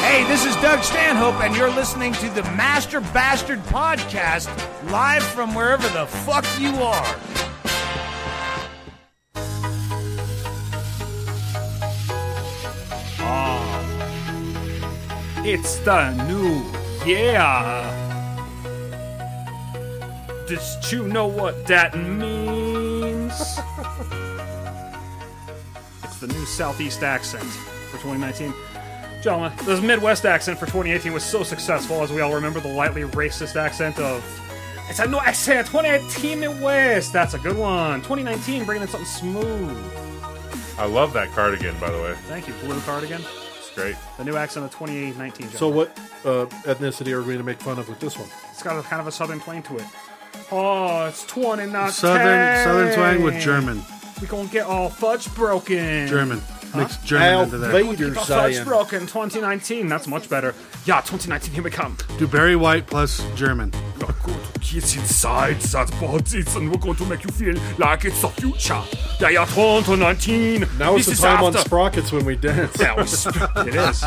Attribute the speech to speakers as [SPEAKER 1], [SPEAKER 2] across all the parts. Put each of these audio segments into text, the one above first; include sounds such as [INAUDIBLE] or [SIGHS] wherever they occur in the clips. [SPEAKER 1] Hey, this is Doug Stanhope, and you're listening to the Master Bastard Podcast live from wherever the fuck you are. Ah,
[SPEAKER 2] It's the new year. Did you know what that means? [LAUGHS] it's the new Southeast accent for 2019. Gentlemen, this Midwest accent for 2018 was so successful, as we all remember the lightly racist accent of. It's a new accent, 2018 Midwest. That's a good one. 2019, bringing in something smooth.
[SPEAKER 3] I love that cardigan, by the way.
[SPEAKER 2] Thank you, blue cardigan.
[SPEAKER 3] It's great.
[SPEAKER 2] The new accent of 2019.
[SPEAKER 4] So what uh, ethnicity are we going to make fun of with this one?
[SPEAKER 2] It's got a kind of a southern twang to it. Oh, it's 29.
[SPEAKER 5] Southern Southern twang with German.
[SPEAKER 2] We gonna get all fudge broken.
[SPEAKER 5] German. Mix German into that.
[SPEAKER 4] Vader
[SPEAKER 2] All fudge broken 2019. That's much better. Yeah, 2019. Here we come.
[SPEAKER 5] Do Barry White plus German.
[SPEAKER 2] We're going to kiss inside that body, and we're going to make you feel like it's the future. Yeah, yeah, 2019.
[SPEAKER 4] Now is
[SPEAKER 2] This
[SPEAKER 4] the time on
[SPEAKER 2] after-
[SPEAKER 4] sprockets when we dance.
[SPEAKER 2] Yeah, we
[SPEAKER 4] [LAUGHS]
[SPEAKER 2] sp- it is.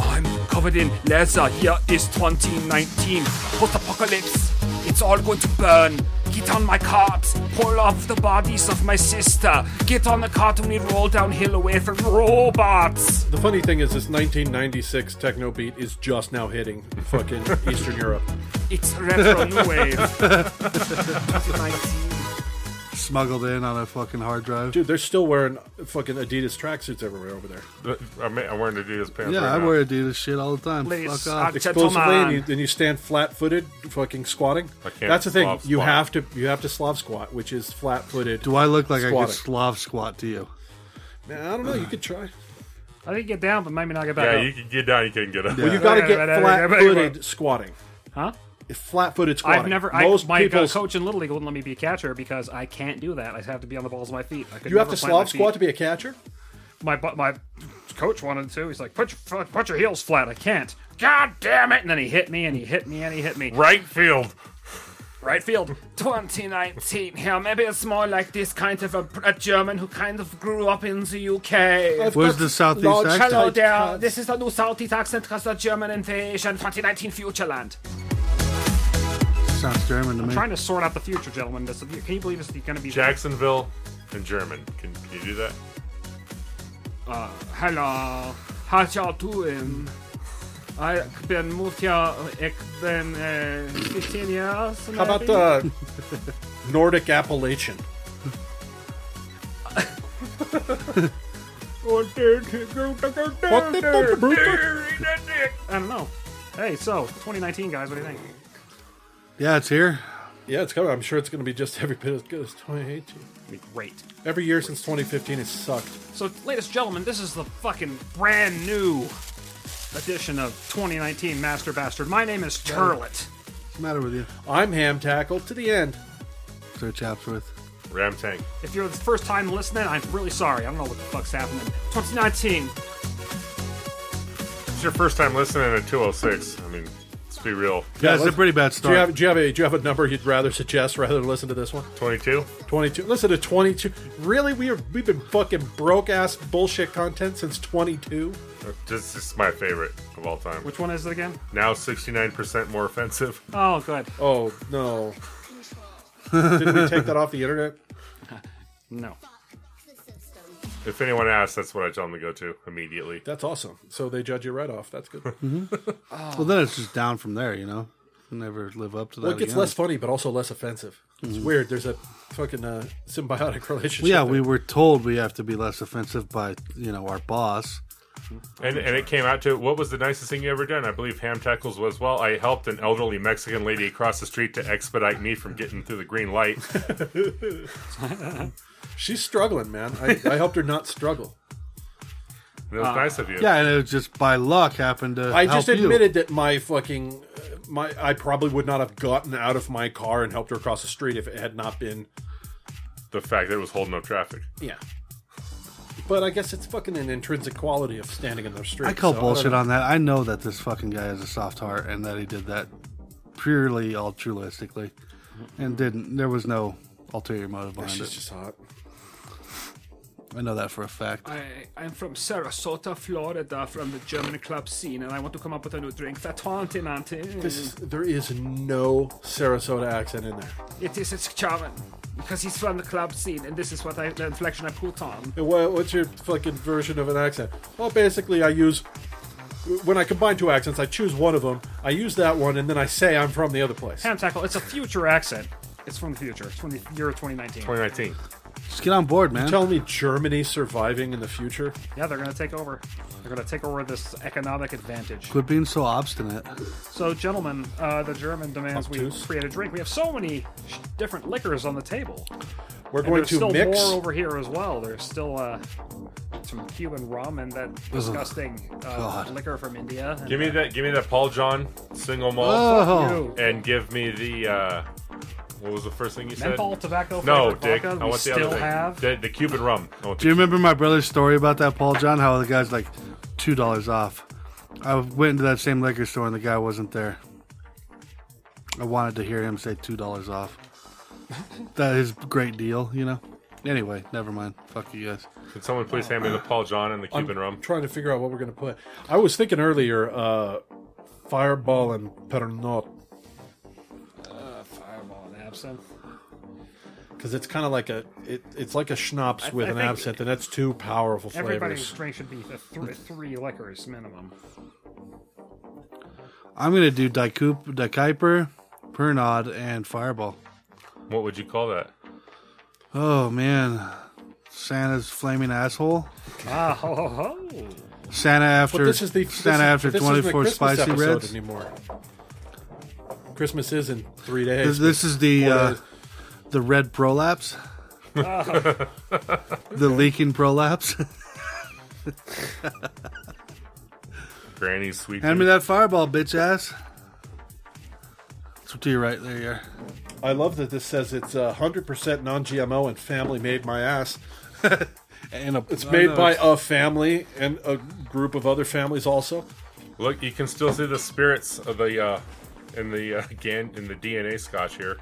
[SPEAKER 2] I'm covered in leather. Here is 2019. Post apocalypse. It's all going to burn. Get on my cart. Pull off the bodies of my sister. Get on the cart and we roll downhill away from robots.
[SPEAKER 4] The funny thing is, this 1996 techno beat is just now hitting fucking Eastern Europe.
[SPEAKER 2] It's retro new wave.
[SPEAKER 5] Smuggled in on a fucking hard drive.
[SPEAKER 4] Dude, they're still wearing fucking Adidas tracksuits everywhere over there.
[SPEAKER 3] The- I'm, I'm wearing Adidas pants.
[SPEAKER 5] yeah,
[SPEAKER 3] right
[SPEAKER 5] I
[SPEAKER 3] now.
[SPEAKER 5] wear Adidas shit all the time.
[SPEAKER 2] Ladies,
[SPEAKER 5] Fuck off.
[SPEAKER 2] I-
[SPEAKER 4] Explosively, and you,
[SPEAKER 2] Gentleman.
[SPEAKER 4] and you stand flat-footed, fucking squatting.
[SPEAKER 3] I can't
[SPEAKER 4] That's the thing.
[SPEAKER 3] Slav
[SPEAKER 4] You
[SPEAKER 3] squat.
[SPEAKER 4] have to you have to Slav squat, which is flat-footed.
[SPEAKER 5] Do I look like I
[SPEAKER 4] Squatting.
[SPEAKER 5] could Slav squat to you?
[SPEAKER 4] Man, I don't know. You could try.
[SPEAKER 2] I think get down, but maybe not get
[SPEAKER 3] Yeah, you can get down, you can get up.
[SPEAKER 4] Well, you got to
[SPEAKER 2] [LAUGHS]
[SPEAKER 4] get
[SPEAKER 2] Yeah.
[SPEAKER 4] flat-footed squatting.
[SPEAKER 2] Huh?
[SPEAKER 4] Flat-footed squatting.
[SPEAKER 2] I've never.
[SPEAKER 4] Most
[SPEAKER 2] I, my uh,
[SPEAKER 4] people's-
[SPEAKER 2] coach in little league wouldn't let me be a catcher because I can't do that. I have to be on the balls of my feet. I could
[SPEAKER 4] You have
[SPEAKER 2] never
[SPEAKER 4] to
[SPEAKER 2] plant my
[SPEAKER 4] Slav
[SPEAKER 2] feet.
[SPEAKER 4] squat to be a catcher.
[SPEAKER 2] my bu- my coach wanted to. He's like, put your fu- put your heels flat. I can't. God damn it! And then he hit me, and he hit me, and he hit me.
[SPEAKER 3] Right field.
[SPEAKER 2] Right field, 2019. Here, maybe it's more like this kind of a, a German who kind of grew up in the UK.
[SPEAKER 5] Where's
[SPEAKER 4] got
[SPEAKER 5] the Southeast
[SPEAKER 4] large-
[SPEAKER 5] accent?
[SPEAKER 2] Hello
[SPEAKER 4] Hello
[SPEAKER 2] there.
[SPEAKER 4] there.
[SPEAKER 2] This is the new Southeast accent because the German invasion, 2019 Futureland.
[SPEAKER 4] Mm.
[SPEAKER 5] Sounds German to me.
[SPEAKER 2] Trying to sort out the future, gentlemen. This, can you believe this is going to be?
[SPEAKER 3] Jacksonville and German. Can, can you do that?
[SPEAKER 2] Hello, how y'all doing? I've been moved here. It's been uh, 15 years.
[SPEAKER 4] How about uh,
[SPEAKER 2] [LAUGHS]
[SPEAKER 4] the Nordic Appalachian?
[SPEAKER 2] I don't know. Hey, so 2019, guys, what do you think?
[SPEAKER 5] yeah, it's here.
[SPEAKER 4] Yeah, it's coming. I'm sure it's going to be just every bit as good as 2018.
[SPEAKER 2] Be great.
[SPEAKER 4] Every year since 2015 has sucked.
[SPEAKER 2] So, ladies and gentlemen, this is the fucking brand new edition of 2019 Master Bastard. My name is Turlet.
[SPEAKER 5] What's the matter with you,
[SPEAKER 4] I'm ham tackled to the end.
[SPEAKER 5] Sir Chapsworth?
[SPEAKER 3] Ram tank.
[SPEAKER 2] If you're the first time listening, I'm really sorry. I don't know what the fuck's happening. 2019.
[SPEAKER 3] It's your first time listening to 206. I mean, let's be real.
[SPEAKER 5] Yeah, it's a
[SPEAKER 4] let's-
[SPEAKER 5] pretty bad
[SPEAKER 4] Do you,
[SPEAKER 5] start.
[SPEAKER 4] have, do you have a do you have a number you'd rather suggest rather than listen to this one?
[SPEAKER 3] 22?
[SPEAKER 4] 22. Listen to 22. Really, we are we've been fucking broke ass bullshit content since 22.
[SPEAKER 3] This is my favorite of all time.
[SPEAKER 2] Which one is it again?
[SPEAKER 3] Now 69% more offensive.
[SPEAKER 2] Oh, good.
[SPEAKER 4] Oh no! Did we take that off the internet?
[SPEAKER 2] No.
[SPEAKER 3] If anyone asks, that's what I tell them to go to immediately.
[SPEAKER 4] That's awesome. So they judge you right off. That's good.
[SPEAKER 5] Hmm. well, then it's just down from there, you know. Never live up to that.
[SPEAKER 4] Well, it gets
[SPEAKER 5] again.
[SPEAKER 4] less funny, but also less offensive. It's weird. There's a fucking uh, symbiotic [LAUGHS] relationship.
[SPEAKER 5] Well, Hmm. yeah,
[SPEAKER 4] there.
[SPEAKER 5] we were told we have to be less offensive by you know our boss.
[SPEAKER 3] And, and it came out to what was the nicest thing you ever done? I believe ham tackles was well. I helped an elderly Mexican lady across the street to expedite me from getting through the green light.
[SPEAKER 4] She's struggling, man. I, I helped her not struggle.
[SPEAKER 3] And
[SPEAKER 2] [LAUGHS] Uh,
[SPEAKER 3] it was nice of you.
[SPEAKER 5] Yeah, and it was just by luck happened to.
[SPEAKER 4] I
[SPEAKER 5] help
[SPEAKER 4] just
[SPEAKER 5] you.
[SPEAKER 4] admitted that my fucking uh, my I probably would not have gotten out of my car and helped her across the street if it had not been
[SPEAKER 3] The fact that it was holding up traffic.
[SPEAKER 4] yeah. But I guess it's fucking an intrinsic quality of standing in the street.
[SPEAKER 5] I call
[SPEAKER 4] so don't
[SPEAKER 5] bullshit
[SPEAKER 4] know.
[SPEAKER 5] on that. I know that this fucking guy has a soft heart and that he did that purely altruistically, and didn't. There was no ulterior motive behind
[SPEAKER 4] She's
[SPEAKER 5] it.
[SPEAKER 4] just hot.
[SPEAKER 5] I know that for a fact.
[SPEAKER 2] I, I'm from Sarasota, Florida, from the German club scene, and I want to come up with a new drink. Fatante
[SPEAKER 4] This
[SPEAKER 2] Nante.
[SPEAKER 4] is, there is no Sarasota accent in there.
[SPEAKER 2] It is it's charming because he's from the club scene, and this is what I, the inflection I put on.
[SPEAKER 4] Hey, wha- What's your fucking version of an accent? Well, basically, I use when I combine two accents, I choose one of them, I use that one, and then I say I'm from the other place.
[SPEAKER 2] Ham tackle. It's a future accent. It's from the future. It's from the year 2019.
[SPEAKER 3] 2019.
[SPEAKER 5] Just get on board, man.
[SPEAKER 4] Tell me Germany surviving in the future?
[SPEAKER 2] Yeah, they're gonna take over. They're gonna take over this economic advantage.
[SPEAKER 5] Quit being so obstinate.
[SPEAKER 2] So, gentlemen, uh, the German demands we
[SPEAKER 4] Obtuse.
[SPEAKER 2] create a drink. We have so many sh- different liquors on the table.
[SPEAKER 4] We're
[SPEAKER 2] And
[SPEAKER 4] going
[SPEAKER 2] there's
[SPEAKER 4] to
[SPEAKER 2] still
[SPEAKER 4] mix.
[SPEAKER 2] more over here as well. There's still uh, some Cuban rum and that disgusting uh,
[SPEAKER 5] God.
[SPEAKER 2] liquor from India. And,
[SPEAKER 3] Give me that. Give me that Paul John single malt,
[SPEAKER 5] Oh,
[SPEAKER 2] Ew.
[SPEAKER 3] and give me the. uh What was the first thing you said?
[SPEAKER 2] menthol tobacco.
[SPEAKER 3] No,
[SPEAKER 2] flavored
[SPEAKER 3] Dick.
[SPEAKER 2] Vodka,
[SPEAKER 3] I
[SPEAKER 2] we
[SPEAKER 3] want the
[SPEAKER 2] still
[SPEAKER 3] other thing.
[SPEAKER 2] have.
[SPEAKER 3] The, the Cuban rum. I want
[SPEAKER 5] do you remember my brother's story about that Paul John? How the guy's like two dollars off. I went into that same liquor store and the guy wasn't there. I wanted to hear him say two dollars off. that is a great deal, you know. Anyway, never mind. Fuck you guys.
[SPEAKER 3] the- Can someone please hand me the Paul John and the
[SPEAKER 4] I'm
[SPEAKER 3] Cuban rum?
[SPEAKER 4] trying to figure out what we're going to put. I was thinking earlier, uh, Fireball and Pernod,
[SPEAKER 2] Fireball and absinthe.
[SPEAKER 4] because it's kind of like a it, it's like a schnapps
[SPEAKER 2] I-
[SPEAKER 4] with
[SPEAKER 2] I
[SPEAKER 4] an
[SPEAKER 2] think
[SPEAKER 4] absinthe, and that's two powerful
[SPEAKER 2] Everybody's
[SPEAKER 4] flavors.
[SPEAKER 2] drink should be th- three, three liquors minimum.
[SPEAKER 5] I'm gonna do Dykup, Dykuiper, Pernod, and Fireball.
[SPEAKER 3] What would you call that?
[SPEAKER 5] Oh man, Santa's flaming asshole.
[SPEAKER 2] [LAUGHS] ah, ho, ho, ho.
[SPEAKER 5] Santa after
[SPEAKER 4] But this is the this
[SPEAKER 5] Santa
[SPEAKER 4] is-
[SPEAKER 5] after
[SPEAKER 4] this isn't a
[SPEAKER 5] 24
[SPEAKER 4] Christmas
[SPEAKER 5] spicy
[SPEAKER 4] episode
[SPEAKER 5] reds.
[SPEAKER 4] anymore. Christmas is in three
[SPEAKER 5] This,
[SPEAKER 4] days.
[SPEAKER 5] this is the
[SPEAKER 4] Four
[SPEAKER 5] uh,
[SPEAKER 4] days.
[SPEAKER 5] the red
[SPEAKER 4] [LAUGHS]
[SPEAKER 5] prolapse, the
[SPEAKER 4] [LAUGHS]
[SPEAKER 5] leaking prolapse.
[SPEAKER 3] Granny's sweet.
[SPEAKER 5] Hand me
[SPEAKER 3] Tea.
[SPEAKER 5] that fireball, bitch ass. So to your right there, you are.
[SPEAKER 4] I love that this says it's uh, 100% non-GMO and family made my ass.
[SPEAKER 5] [LAUGHS] And a,
[SPEAKER 4] It's made by a family and a group of other families also.
[SPEAKER 3] Look, you can still see the spirits of the uh in the uh, gan in the DNA scotch here.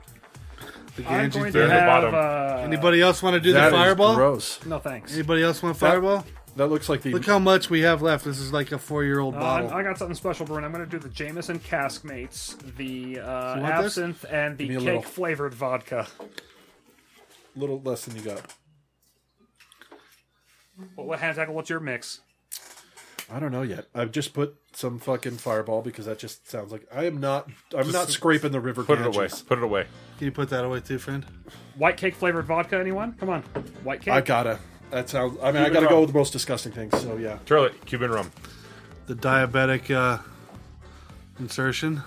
[SPEAKER 5] the
[SPEAKER 2] I'm
[SPEAKER 5] Ganges.
[SPEAKER 2] going
[SPEAKER 3] there
[SPEAKER 2] to
[SPEAKER 3] at the
[SPEAKER 2] have.
[SPEAKER 3] bottom.
[SPEAKER 2] Uh,
[SPEAKER 5] Anybody else want to do
[SPEAKER 4] That
[SPEAKER 5] the
[SPEAKER 4] is
[SPEAKER 5] fireball?
[SPEAKER 4] gross.
[SPEAKER 2] no thanks.
[SPEAKER 5] Anybody else want fireball?
[SPEAKER 4] That looks like the
[SPEAKER 5] Look how much we have left. This is like a four-year-old
[SPEAKER 2] Uh,
[SPEAKER 5] bottle.
[SPEAKER 2] I got something special, Bruin. I'm going to do the Jameson Cask Mates, the uh,
[SPEAKER 5] You want this?
[SPEAKER 2] absinthe, and the
[SPEAKER 4] Give me a
[SPEAKER 2] cake
[SPEAKER 4] little.
[SPEAKER 2] flavored vodka.
[SPEAKER 4] little less than you got.
[SPEAKER 2] Well, what hand tackle? What's your mix?
[SPEAKER 4] I don't know yet. I've just put some fucking fireball because that just sounds like I am not. I'm not scraping the river.
[SPEAKER 3] Put it away.
[SPEAKER 4] Ganges.
[SPEAKER 3] Put it away.
[SPEAKER 5] Can you put that away too, friend?
[SPEAKER 2] White cake flavored vodka? Anyone? Come on, white cake.
[SPEAKER 4] I gotta. That sounds. I mean, I gotta go with the most disgusting things. So yeah,
[SPEAKER 3] Charlie, Cuban rum.
[SPEAKER 5] The diabetic uh, insertion.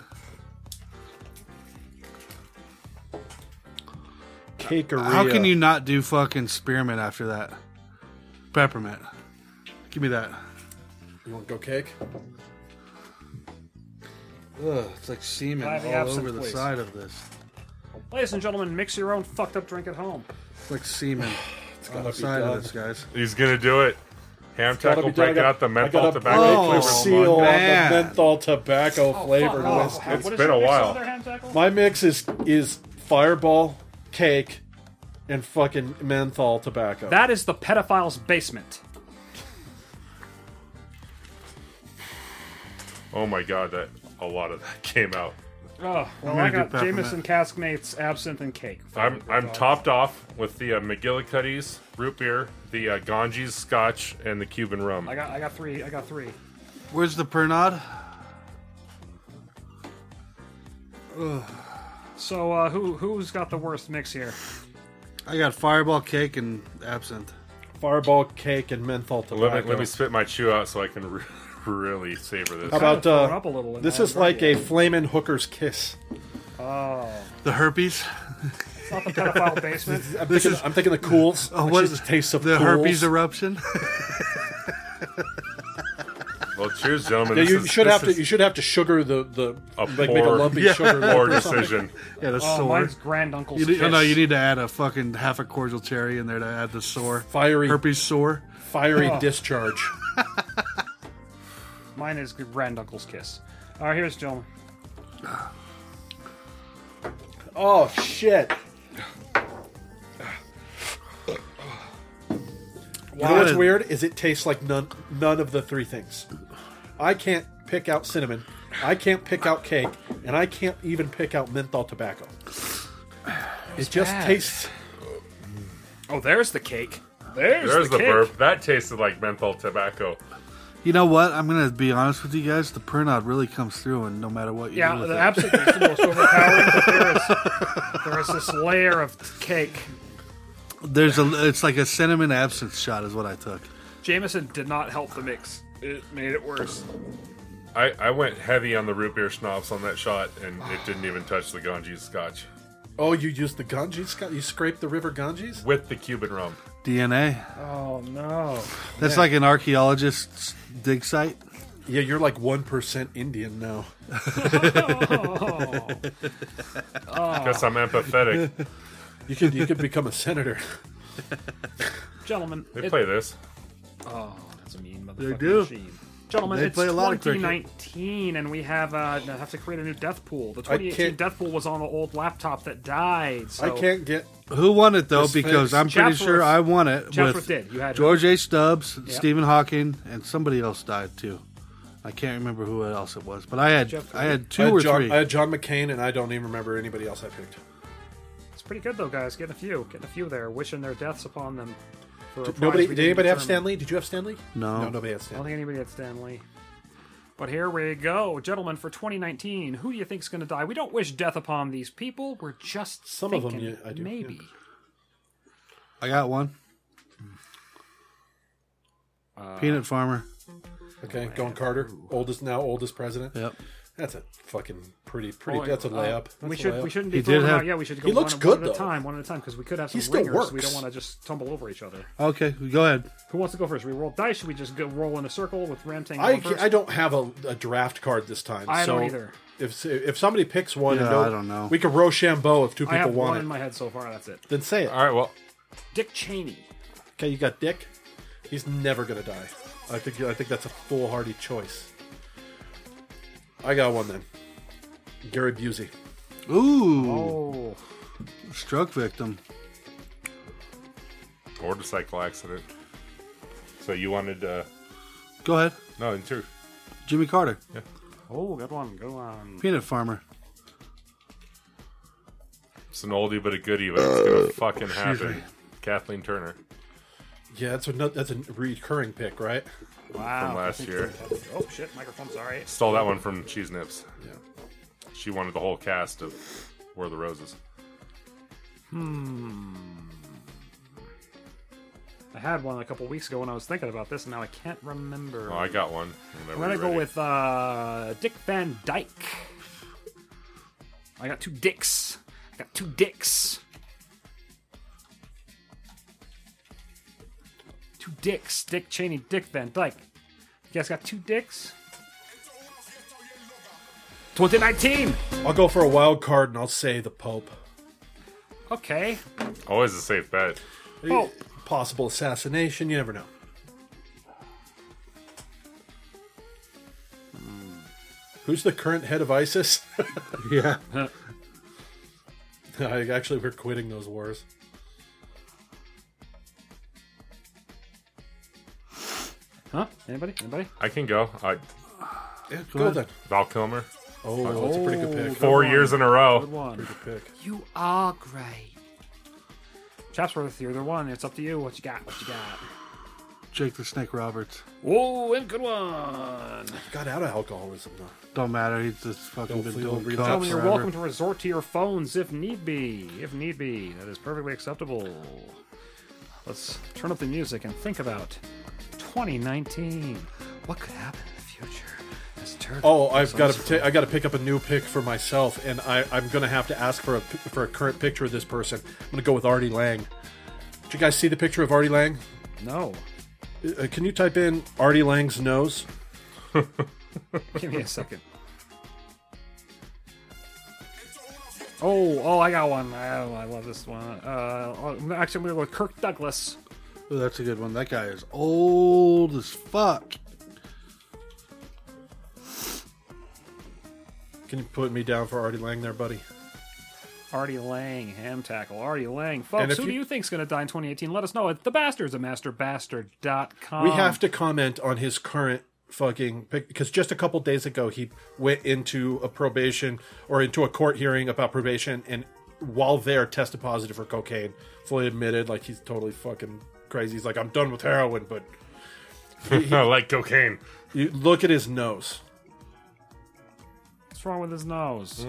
[SPEAKER 4] cakeria.
[SPEAKER 5] How can you not do fucking spearmint after that? Peppermint. Give me that.
[SPEAKER 4] You want to go cake?
[SPEAKER 5] Ugh, it's like semen
[SPEAKER 2] Have the
[SPEAKER 5] all
[SPEAKER 2] absinthe,
[SPEAKER 5] over the
[SPEAKER 2] please.
[SPEAKER 5] side of this.
[SPEAKER 2] Ladies and gentlemen, mix your own fucked up drink at home.
[SPEAKER 5] It's like [SIGHS] semen on
[SPEAKER 4] gotta
[SPEAKER 5] the
[SPEAKER 4] be
[SPEAKER 5] side
[SPEAKER 4] done.
[SPEAKER 5] of this, guys.
[SPEAKER 3] He's gonna do it. Ham
[SPEAKER 4] Gotta
[SPEAKER 3] tackle
[SPEAKER 4] be done. I
[SPEAKER 3] break
[SPEAKER 4] got-
[SPEAKER 3] out the
[SPEAKER 4] I
[SPEAKER 3] menthol
[SPEAKER 4] got a
[SPEAKER 3] tobacco
[SPEAKER 4] break
[SPEAKER 5] Oh,
[SPEAKER 3] flavor.
[SPEAKER 4] the seal on the
[SPEAKER 5] man.
[SPEAKER 4] menthol tobacco flavored
[SPEAKER 2] Oh,
[SPEAKER 4] whiskey.
[SPEAKER 2] what is
[SPEAKER 3] been
[SPEAKER 2] your
[SPEAKER 3] a
[SPEAKER 2] mix
[SPEAKER 3] while.
[SPEAKER 2] over there, hand tackle?
[SPEAKER 4] My mix is is fireball, cake, and fucking menthol tobacco.
[SPEAKER 2] That is the pedophile's basement.
[SPEAKER 3] Oh my god, that a lot of that [LAUGHS] came out.
[SPEAKER 2] Oh, well,
[SPEAKER 5] gonna
[SPEAKER 2] I
[SPEAKER 5] do
[SPEAKER 2] got
[SPEAKER 5] peppermint.
[SPEAKER 2] Jameson Cask Mates, absinthe, and cake.
[SPEAKER 3] I'm I'm topped off with the uh, McGillicuddy's root beer, the uh, Ganges Scotch, and the Cuban rum.
[SPEAKER 2] I got, I got three. I got three.
[SPEAKER 5] Where's the Pernod?
[SPEAKER 2] So, uh, who who's got the worst mix here?
[SPEAKER 5] I got fireball cake and absinthe.
[SPEAKER 4] fireball, cake, and menthol tobacco.
[SPEAKER 3] Let me, let me spit my chew out so I can re- [LAUGHS] really savor this.
[SPEAKER 4] How about uh,
[SPEAKER 2] Thrown up a little in
[SPEAKER 4] this
[SPEAKER 2] that
[SPEAKER 4] is like a
[SPEAKER 2] already.
[SPEAKER 4] flamin' hooker's kiss.
[SPEAKER 5] The herpes.
[SPEAKER 2] It's not the pedophile basement.
[SPEAKER 4] I'm
[SPEAKER 5] This
[SPEAKER 4] thinking,
[SPEAKER 5] is-
[SPEAKER 4] I'm thinking the cools. Oh,
[SPEAKER 5] what-
[SPEAKER 4] what is the taste of
[SPEAKER 5] The
[SPEAKER 4] cools.
[SPEAKER 5] herpes eruption. [LAUGHS]
[SPEAKER 3] well, cheers, gentlemen.
[SPEAKER 4] Yeah,
[SPEAKER 3] This
[SPEAKER 4] you
[SPEAKER 3] is-
[SPEAKER 4] should
[SPEAKER 3] this
[SPEAKER 4] have to.
[SPEAKER 3] is
[SPEAKER 4] You should have to sugar the the
[SPEAKER 3] A
[SPEAKER 4] like make a
[SPEAKER 3] poor-
[SPEAKER 4] lumpy sugar. lump
[SPEAKER 3] poor
[SPEAKER 4] or something.
[SPEAKER 3] decision.
[SPEAKER 5] yeah, the
[SPEAKER 2] Oh,
[SPEAKER 5] sore.
[SPEAKER 2] mine's grand uncle's
[SPEAKER 5] You need, oh,
[SPEAKER 2] kiss.
[SPEAKER 5] no, you need to add a fucking half a cordial cherry in there to add the sore.
[SPEAKER 4] Fiery,
[SPEAKER 5] Herpes sore.
[SPEAKER 4] fiery discharge.
[SPEAKER 2] Mine is grand uncle's kiss. All right, here's gentlemen.
[SPEAKER 4] Oh shit! You know what's
[SPEAKER 5] Why?
[SPEAKER 4] weird is it tastes like none none of the three things. I can't pick out cinnamon, I can't pick out cake, and I can't even pick out menthol tobacco. It just
[SPEAKER 6] bad.
[SPEAKER 4] tastes.
[SPEAKER 6] Oh, there's the cake. There's,
[SPEAKER 3] There's
[SPEAKER 6] the,
[SPEAKER 3] the
[SPEAKER 6] cake.
[SPEAKER 3] burp. That tasted like menthol tobacco.
[SPEAKER 5] You know what? I'm gonna be honest with you guys. The pernod really comes through, and no matter what you do
[SPEAKER 2] Yeah,
[SPEAKER 5] with
[SPEAKER 2] the
[SPEAKER 5] it.
[SPEAKER 2] absolutely is the most overpowering. But there is there is this layer of cake.
[SPEAKER 5] there's a it's like a cinnamon absinthe shot is what I took.
[SPEAKER 2] Jameson did not help the mix. It made it worse.
[SPEAKER 3] I, I went heavy on the root beer schnapps on that shot, and it didn't even touch the Ganges scotch
[SPEAKER 4] Oh, you used the Ganges? Scott? You scraped the river Ganges?
[SPEAKER 3] with the Cuban rum.
[SPEAKER 5] DNA.
[SPEAKER 2] Oh no!
[SPEAKER 5] That's like an archaeologist's dig site.
[SPEAKER 4] Yeah, you're like one percent Indian now.
[SPEAKER 2] Oh,
[SPEAKER 3] Guess I'm empathetic.
[SPEAKER 4] You could you could become a
[SPEAKER 5] [LAUGHS]
[SPEAKER 4] senator.
[SPEAKER 2] [LAUGHS] Gentlemen,
[SPEAKER 3] They
[SPEAKER 2] it-
[SPEAKER 3] play this.
[SPEAKER 2] That's a mean motherfucking
[SPEAKER 5] do.
[SPEAKER 2] machine. Gentlemen,
[SPEAKER 5] They
[SPEAKER 2] it's
[SPEAKER 5] play a lot of cricket.
[SPEAKER 2] 2019, and we have uh, no, have to create a new death pool. The 2018
[SPEAKER 4] can't-
[SPEAKER 2] death pool was on the old laptop that died. So
[SPEAKER 4] I can't get.
[SPEAKER 5] Who won it though?
[SPEAKER 4] This
[SPEAKER 5] because
[SPEAKER 4] face.
[SPEAKER 5] I'm pretty
[SPEAKER 2] Chatsworth.
[SPEAKER 5] sure I won it.
[SPEAKER 2] Chatsworth
[SPEAKER 5] with
[SPEAKER 2] did. You had it.
[SPEAKER 5] George H. Stubbs, Stephen Hawking, and somebody else died too. I can't remember who else it was, but I had
[SPEAKER 2] Jeff-
[SPEAKER 5] I had two
[SPEAKER 4] I had,
[SPEAKER 5] or
[SPEAKER 4] John,
[SPEAKER 5] three.
[SPEAKER 4] I had John McCain, and I don't even remember anybody else I picked.
[SPEAKER 2] It's pretty good though, guys. Getting a few, getting a few there, wishing their deaths upon them. For a prize
[SPEAKER 4] Nobody.
[SPEAKER 2] we
[SPEAKER 4] Did
[SPEAKER 2] didn't
[SPEAKER 4] anybody have
[SPEAKER 2] determine.
[SPEAKER 4] Stanley? Did you have Stanley?
[SPEAKER 5] No.
[SPEAKER 4] No, nobody had
[SPEAKER 2] I don't
[SPEAKER 4] Stanley.
[SPEAKER 2] think anybody had Stanley. But here we go, gentlemen. For 2019, who do you think's going to die? We don't wish death upon these people. We're just
[SPEAKER 4] Some of them,
[SPEAKER 2] thinking,
[SPEAKER 4] yeah, I do,
[SPEAKER 2] Maybe
[SPEAKER 5] I got one.
[SPEAKER 2] Uh,
[SPEAKER 5] Peanut farmer.
[SPEAKER 2] Oh,
[SPEAKER 4] Okay, going Carter, oldest now oldest president.
[SPEAKER 5] Yep.
[SPEAKER 4] That's a fucking pretty pretty.
[SPEAKER 2] Boy,
[SPEAKER 4] that's a
[SPEAKER 2] uh,
[SPEAKER 4] layup.
[SPEAKER 2] we
[SPEAKER 4] That's a
[SPEAKER 2] should
[SPEAKER 4] layup.
[SPEAKER 2] we shouldn't be
[SPEAKER 5] He did
[SPEAKER 2] throwing them
[SPEAKER 5] have-
[SPEAKER 2] out. Yeah, we should go.
[SPEAKER 4] He looks
[SPEAKER 2] one,
[SPEAKER 4] good,
[SPEAKER 2] one at a
[SPEAKER 4] though.
[SPEAKER 2] time, one at a time, because we could have some
[SPEAKER 4] He still
[SPEAKER 2] ringers. We
[SPEAKER 4] works.
[SPEAKER 2] don't want to just tumble over each other.
[SPEAKER 5] Okay, go ahead.
[SPEAKER 2] Who wants to go first? We roll dice. Should we just go roll in a circle with Ram saying
[SPEAKER 4] I,
[SPEAKER 2] going first?
[SPEAKER 4] I don't have a, a draft card this time.
[SPEAKER 2] I
[SPEAKER 4] so
[SPEAKER 2] don't either.
[SPEAKER 4] If if somebody picks one, and
[SPEAKER 5] Yeah,
[SPEAKER 4] no,
[SPEAKER 5] I don't know.
[SPEAKER 4] We could Rochambeau if two
[SPEAKER 2] I
[SPEAKER 4] people
[SPEAKER 2] have one
[SPEAKER 4] want it.
[SPEAKER 2] in my head so far. That's it.
[SPEAKER 4] then say it.
[SPEAKER 3] All right, well,
[SPEAKER 2] Dick Cheney.
[SPEAKER 4] Okay, you got Dick. He's never gonna die. I think I think that's a foolhardy choice. I got one then. Gary Busey.
[SPEAKER 5] Ooh,
[SPEAKER 2] Oh,
[SPEAKER 5] stroke victim.
[SPEAKER 3] motorcycle accident. So you wanted, uh,
[SPEAKER 5] Go ahead.
[SPEAKER 3] no, it's your
[SPEAKER 5] Jimmy Carter.
[SPEAKER 2] oh, good one, good one.
[SPEAKER 5] Peanut farmer.
[SPEAKER 3] It's an oldie but a goodie, but it's gonna fucking happen.
[SPEAKER 5] me.
[SPEAKER 3] Kathleen Turner
[SPEAKER 4] Yeah, that's a no- that's a recurring pick, right?
[SPEAKER 2] Wow.
[SPEAKER 3] from last year.
[SPEAKER 2] Oh shit, microphone. Sorry.
[SPEAKER 3] Stole that one from Cheese Nips. Yeah. She wanted the whole cast of Where are the Roses.
[SPEAKER 2] I had one a couple weeks ago when I was thinking about this, and now I can't remember.
[SPEAKER 3] Oh, I got one.
[SPEAKER 2] I'm gonna go with uh, Dick Van Dyke. I got two dicks. I got two dicks. Two dicks. Dick Cheney, Dick Van Dyke. You guys got two dicks? 2019!
[SPEAKER 4] I'll go for a wild card and I'll say the Pope.
[SPEAKER 2] Okay.
[SPEAKER 3] Always a safe bet.
[SPEAKER 2] Oh,
[SPEAKER 4] Possible assassination. You never know. Hmm. Who's the current head of ISIS? [LAUGHS]
[SPEAKER 5] Yeah.
[SPEAKER 4] I actually, we're quitting those wars.
[SPEAKER 2] huh? Anybody? Anybody?
[SPEAKER 3] I can go. I,
[SPEAKER 4] Yeah, go then.
[SPEAKER 3] Val Kilmer.
[SPEAKER 4] Oh, that's a pretty good pick.
[SPEAKER 3] Four years in a
[SPEAKER 2] Good
[SPEAKER 3] row.
[SPEAKER 2] one.
[SPEAKER 4] Pick.
[SPEAKER 2] You are great. Chapsworth, you're the one. It's up to you. What you got? What you got?
[SPEAKER 5] Jake the Snake Roberts.
[SPEAKER 2] Whoa, and good one.
[SPEAKER 4] Got out of alcoholism though.
[SPEAKER 5] Don't matter. He's just fucking
[SPEAKER 4] Don't
[SPEAKER 5] been
[SPEAKER 4] feel
[SPEAKER 5] doing
[SPEAKER 4] real
[SPEAKER 5] coke
[SPEAKER 4] dumb.
[SPEAKER 2] Gentlemen, you're
[SPEAKER 5] forever.
[SPEAKER 2] welcome to resort to your phones if need be. If need be, that is perfectly acceptable. Let's turn up the music and think about 2019. What could happen in the future? As turd-
[SPEAKER 4] Oh, I've got to. I got to pick up a new pick for myself, and I, I'm going to have to ask for a pi- for a current picture of this person. I'm going to go with Artie Lang. Did you guys see the picture of Artie Lang?
[SPEAKER 2] no.
[SPEAKER 4] Uh, can you type in Artie Lang's nose?
[SPEAKER 2] Give me a
[SPEAKER 4] [LAUGHS]
[SPEAKER 2] second. Oh, oh, I got one. Oh, I love this one. Uh, oh, actually, I'm gonna go with Kirk Douglas.
[SPEAKER 5] Ooh, that's a good one. That guy is old as fuck.
[SPEAKER 4] Can you put me down for Artie Lang there, buddy?
[SPEAKER 2] Artie Lang, Ham Tackle, Artie Lang. Folks,
[SPEAKER 4] if
[SPEAKER 2] who
[SPEAKER 4] you-
[SPEAKER 2] do you think's going to die in 2018? Let us know at thebastards at masterbastard.com.
[SPEAKER 4] we have to comment on his current fucking pick because just a couple days ago he went into a probation or into a court hearing about probation and while there tested positive for cocaine fully admitted like he's totally fucking crazy he's like i'm done with heroin but
[SPEAKER 3] [LAUGHS] like cocaine.
[SPEAKER 4] you look at his nose
[SPEAKER 2] What's wrong with his nose?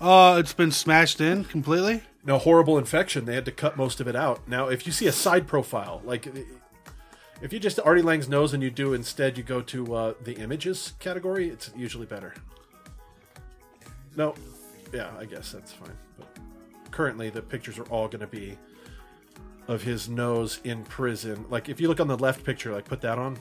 [SPEAKER 5] Oh, it's been smashed in completely.
[SPEAKER 4] no horrible infection they had to cut most of it out now if you see a side profile like if you just artie lang's nose and you do instead you go to uh, the images category it's usually better no yeah i guess that's fine but currently the pictures are all going to be of his nose in prison like if you look on the left picture like put that on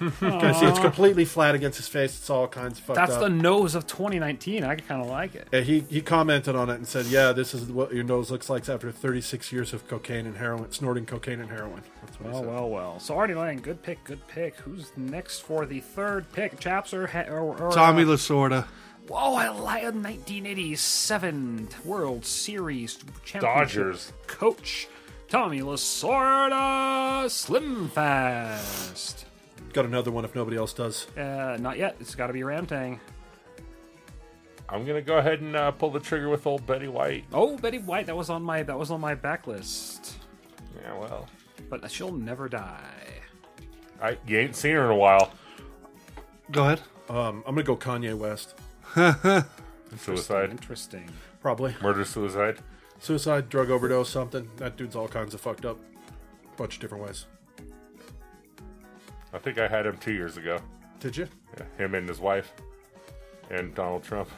[SPEAKER 4] you can see it's completely flat against his face it's all kinds of fucked
[SPEAKER 2] That's
[SPEAKER 4] up.
[SPEAKER 2] the nose of 2019. I kind of like it.
[SPEAKER 4] Yeah, he, he commented on it and said, "Yeah, this is what your nose looks like after 36 years of cocaine and heroin, snorting cocaine and heroin." That's what he
[SPEAKER 2] Oh
[SPEAKER 4] said.
[SPEAKER 2] well, well. So Artie Lang, good pick, good pick. Who's next for the third pick? Chaps or, ha- or, or
[SPEAKER 5] Tommy
[SPEAKER 2] uh,
[SPEAKER 5] Lasorda.
[SPEAKER 2] Oh, I lied. 1987 World Series championship
[SPEAKER 3] Dodgers.
[SPEAKER 2] coach Tommy Lasorda, Slim Fast.
[SPEAKER 4] Got another one if nobody else does.
[SPEAKER 2] Uh, not yet. It's got to be Ramtang.
[SPEAKER 3] I'm gonna go ahead and uh, pull the trigger with old Betty White.
[SPEAKER 2] Oh, Betty White. That was on my that was on my backlist.
[SPEAKER 3] Yeah, well,
[SPEAKER 2] But she'll never die.
[SPEAKER 3] I you ain't seen her in a while.
[SPEAKER 5] Go ahead.
[SPEAKER 4] Um, I'm gonna go Kanye West,
[SPEAKER 3] Suicide,
[SPEAKER 2] Interesting.
[SPEAKER 4] probably
[SPEAKER 3] murder, suicide.
[SPEAKER 4] suicide, drug overdose, something. That dude's all kinds of fucked up, bunch of different ways.
[SPEAKER 3] I think I had him two years ago.
[SPEAKER 4] Did you?
[SPEAKER 3] Yeah, him and his wife, and Donald Trump.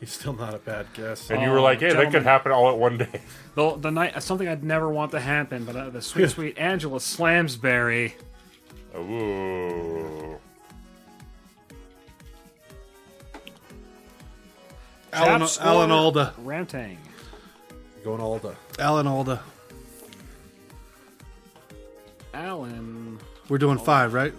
[SPEAKER 4] He's still not a bad guess.
[SPEAKER 3] And you were like, "Hey, that
[SPEAKER 2] Oh, gentlemen.
[SPEAKER 3] could happen all at one day." [LAUGHS]
[SPEAKER 2] The, the night uh, something I'd never want to happen, but uh, the
[SPEAKER 3] [LAUGHS]
[SPEAKER 2] sweet sweet Angela Slamsberry.
[SPEAKER 3] Ooh.
[SPEAKER 5] Alan,
[SPEAKER 2] Chaps
[SPEAKER 5] Alan
[SPEAKER 2] or
[SPEAKER 5] Alda.
[SPEAKER 2] Ramtang.
[SPEAKER 4] Going all the
[SPEAKER 5] Alan Alda.
[SPEAKER 2] Alan.
[SPEAKER 5] We're doing five, right?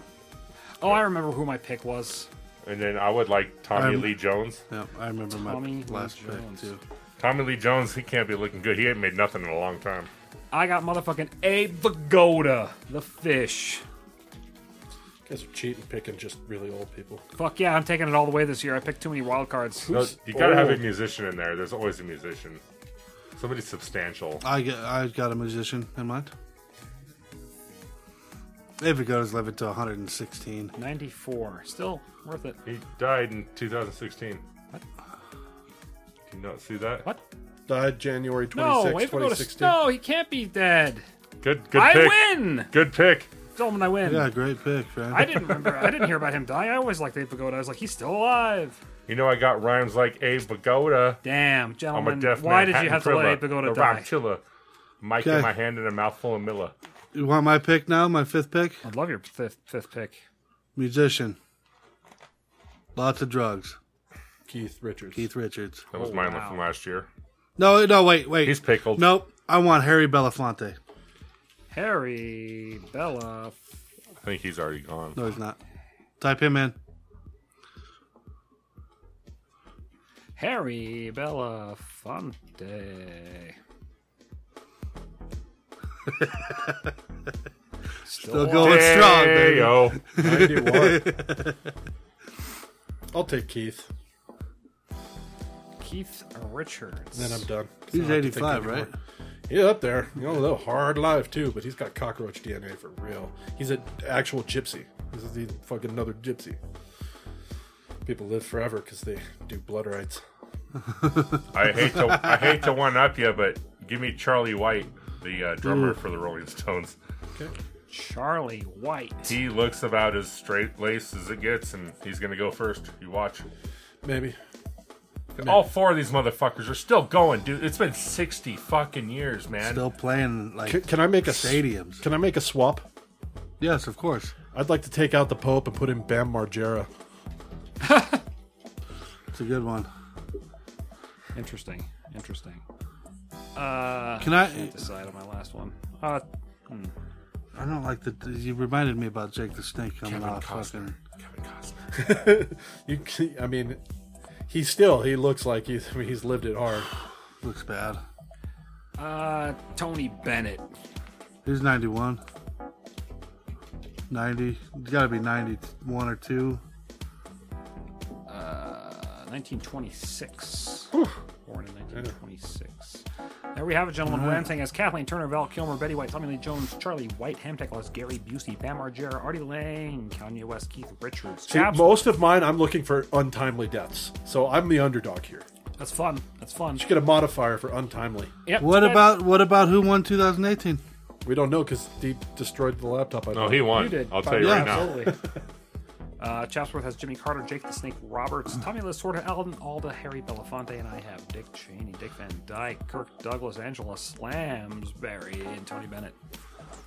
[SPEAKER 2] Oh, I remember who my pick was.
[SPEAKER 3] And then I would like Tommy
[SPEAKER 5] Um,
[SPEAKER 3] Lee Jones.
[SPEAKER 5] Yeah, I remember
[SPEAKER 2] Tommy Lee
[SPEAKER 5] my last pick
[SPEAKER 2] Jones.
[SPEAKER 5] too.
[SPEAKER 3] Tommy Lee Jones, he can't be looking good. He ain't made nothing in a long time.
[SPEAKER 2] I got motherfucking Abe Vigoda, the fish.
[SPEAKER 4] guys are cheating, picking just really old people.
[SPEAKER 2] Fuck yeah, I'm taking it all the way this year. I picked too many wild cards.
[SPEAKER 3] No,
[SPEAKER 4] Who's
[SPEAKER 3] you gotta have a
[SPEAKER 4] old?
[SPEAKER 3] musician in there. There's always a musician. Somebody substantial.
[SPEAKER 5] I get, I've got a musician in mind. If it goes, live it to 116.
[SPEAKER 2] 94. Still worth it.
[SPEAKER 3] He died in 2016. What? Do you not see that?
[SPEAKER 2] What?
[SPEAKER 4] Died January 26,
[SPEAKER 2] No, Abe Vigoda.
[SPEAKER 4] 2016.
[SPEAKER 2] No, he can't be dead.
[SPEAKER 3] Good, good
[SPEAKER 2] I
[SPEAKER 3] pick.
[SPEAKER 2] win!
[SPEAKER 3] Good pick.
[SPEAKER 2] Gentlemen, I win.
[SPEAKER 5] Yeah, great pick, man.
[SPEAKER 2] I didn't remember. I didn't hear about him dying. I always liked Abe Vigoda. I was like, he's still alive.
[SPEAKER 3] You know, I got rhymes like Abe Bagoda.
[SPEAKER 2] Damn,
[SPEAKER 3] I'm a
[SPEAKER 2] gentlemen.
[SPEAKER 3] deaf
[SPEAKER 2] Why
[SPEAKER 3] man.
[SPEAKER 2] did you have to let Abe Vigoda die?
[SPEAKER 3] Chilla. Mike
[SPEAKER 5] Okay.
[SPEAKER 3] in my hand and a mouthful of Milla.
[SPEAKER 5] you want my pick now? My fifth pick?
[SPEAKER 2] I'd love your fifth, fifth pick.
[SPEAKER 5] Musician. Lots of drugs.
[SPEAKER 4] Keith Richards.
[SPEAKER 5] Keith Richards.
[SPEAKER 3] That
[SPEAKER 2] Oh,
[SPEAKER 3] was mine from last year.
[SPEAKER 5] No, no, wait, wait.
[SPEAKER 3] He's pickled.
[SPEAKER 5] Nope. I want Harry Belafonte.
[SPEAKER 2] Harry Bella.
[SPEAKER 3] I think he's already gone.
[SPEAKER 5] No, he's not. Type him in.
[SPEAKER 2] Harry Belafonte.
[SPEAKER 5] Still going strong,
[SPEAKER 3] Hey,
[SPEAKER 5] baby. [LAUGHS]
[SPEAKER 3] yo.
[SPEAKER 4] 91. I'll take Keith.
[SPEAKER 2] Keith Richards.
[SPEAKER 4] Then I'm done. I
[SPEAKER 5] He's
[SPEAKER 4] don't have to think
[SPEAKER 5] 85,
[SPEAKER 4] anymore.
[SPEAKER 5] right?
[SPEAKER 4] He's up there. You know, though, hard life too, but he's got cockroach DNA for real. He's an actual gypsy. This is the fucking another gypsy. People live forever because they do blood rites.
[SPEAKER 3] I hate to I hate to one up you, but give me Charlie White, the uh, drummer for the Rolling Stones.
[SPEAKER 2] Charlie White.
[SPEAKER 3] He looks about as straight laced as it gets, and he's gonna go first. You watch.
[SPEAKER 4] Maybe.
[SPEAKER 3] All four of these motherfuckers are still going, dude. It's been sixty fucking years, man.
[SPEAKER 5] Still playing like
[SPEAKER 4] Can, can I make a s-
[SPEAKER 5] stadiums.
[SPEAKER 4] Can I make a swap?
[SPEAKER 5] Yes, of course.
[SPEAKER 4] I'd like to take out the Pope and put in Bam Margera.
[SPEAKER 5] It's a good one.
[SPEAKER 2] Interesting. Interesting. Uh,
[SPEAKER 5] Can I?
[SPEAKER 2] can't decide on my last one. Uh,
[SPEAKER 5] I don't like the. You reminded me about Jake the Snake coming off. Fucking,
[SPEAKER 3] Kevin Costner.
[SPEAKER 4] You, I mean, He still he looks like he's I mean, he's lived it hard.
[SPEAKER 5] Looks bad.
[SPEAKER 2] Uh, Tony Bennett. uh,
[SPEAKER 5] He's 91. 90. It's got to be 91 or 2.
[SPEAKER 2] Uh, 1926. Born in 1926. There we have it, gentlemen. Lansing as Kathleen Turner, Val Kilmer, Betty White, Tommy Lee Jones, Charlie White, Ham Tackle as Gary Busey, Bam Margera, Artie Lang, Kanye West, Keith Richards.
[SPEAKER 4] See,
[SPEAKER 2] Chaps.
[SPEAKER 4] most of mine I'm looking for untimely deaths, so I'm the underdog here.
[SPEAKER 2] That's fun. That's fun.
[SPEAKER 4] Just get a modifier for untimely.
[SPEAKER 2] Yep,
[SPEAKER 5] What
[SPEAKER 2] that's-
[SPEAKER 5] about what about who won 2018?
[SPEAKER 4] We don't know because he destroyed the laptop. I
[SPEAKER 3] No,
[SPEAKER 4] believe.
[SPEAKER 3] Oh, he won.
[SPEAKER 2] You did.
[SPEAKER 3] I'll
[SPEAKER 2] by
[SPEAKER 3] tell
[SPEAKER 2] the
[SPEAKER 3] you
[SPEAKER 2] way,
[SPEAKER 3] right now.
[SPEAKER 2] Absolutely. uh, Chapsworth has Jimmy Carter, Jake the Snake Roberts, Tommy Lasorda, Alan Alda, Harry Belafonte, and I have Dick Cheney, Dick Van Dyke, Kirk Douglas, Angela Slamsberry, and Tony Bennett.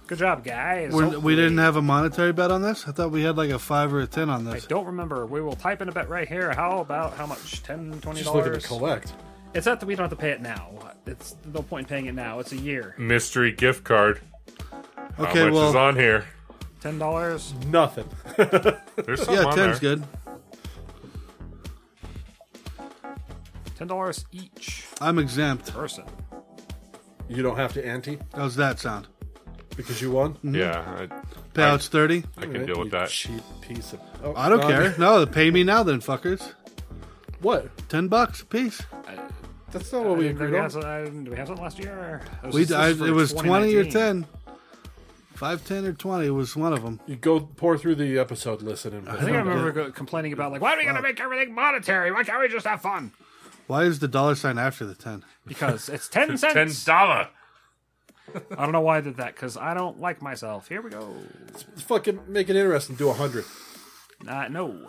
[SPEAKER 2] Good job, guys.
[SPEAKER 5] We're, we
[SPEAKER 2] Hopefully-
[SPEAKER 5] didn't have a monetary bet on this. I thought we had like a five or a ten on
[SPEAKER 2] I
[SPEAKER 5] this.
[SPEAKER 2] don't remember. We will type in a bet right here. How about how much? Ten, twenty
[SPEAKER 4] Just looking to
[SPEAKER 2] dollars.
[SPEAKER 4] collect.
[SPEAKER 2] It's not that we don't have to pay it now. It's no point in paying it now. It's a year.
[SPEAKER 3] [LAUGHS] Mystery gift card. How
[SPEAKER 5] Okay,
[SPEAKER 3] much is
[SPEAKER 5] well,
[SPEAKER 3] on here?
[SPEAKER 2] Ten dollars.
[SPEAKER 4] Nothing.
[SPEAKER 3] There's some
[SPEAKER 5] yeah,
[SPEAKER 3] on
[SPEAKER 5] ten's
[SPEAKER 3] there.
[SPEAKER 5] good.
[SPEAKER 2] Ten dollars each
[SPEAKER 5] I'm exempt.
[SPEAKER 2] person.
[SPEAKER 4] You don't have to ante
[SPEAKER 5] How's that sound?
[SPEAKER 4] because you won.
[SPEAKER 3] Yeah,
[SPEAKER 5] Payouts 30.
[SPEAKER 3] I, I can deal with that.
[SPEAKER 4] Cheap piece of. Oh,
[SPEAKER 5] I don't
[SPEAKER 4] no,
[SPEAKER 5] care. No, pay me now then, fuckers.
[SPEAKER 4] [LAUGHS] What?
[SPEAKER 5] Ten bucks a piece.
[SPEAKER 4] That's not what we
[SPEAKER 2] Did
[SPEAKER 4] agreed
[SPEAKER 2] we
[SPEAKER 4] on.
[SPEAKER 2] have some- uh, did we have something last year? This
[SPEAKER 5] We,
[SPEAKER 2] is- this
[SPEAKER 5] I,
[SPEAKER 2] is for
[SPEAKER 5] it was 20 or
[SPEAKER 2] 2019.
[SPEAKER 5] 10. 5, 10, or 20 was one of them.
[SPEAKER 4] You go pour through the episode, listen, and
[SPEAKER 2] I think I remember go- complaining about like, why are we gonna make everything monetary? Why can't we just have fun?
[SPEAKER 5] Why is the dollar sign after the 10?
[SPEAKER 2] Because it's [LAUGHS] ten
[SPEAKER 3] Ten
[SPEAKER 2] cents.
[SPEAKER 3] dollar.
[SPEAKER 2] I don't know why I did that because I don't like myself. Here we go.
[SPEAKER 4] fucking make it interesting. Do a hundred,
[SPEAKER 2] Uh, no,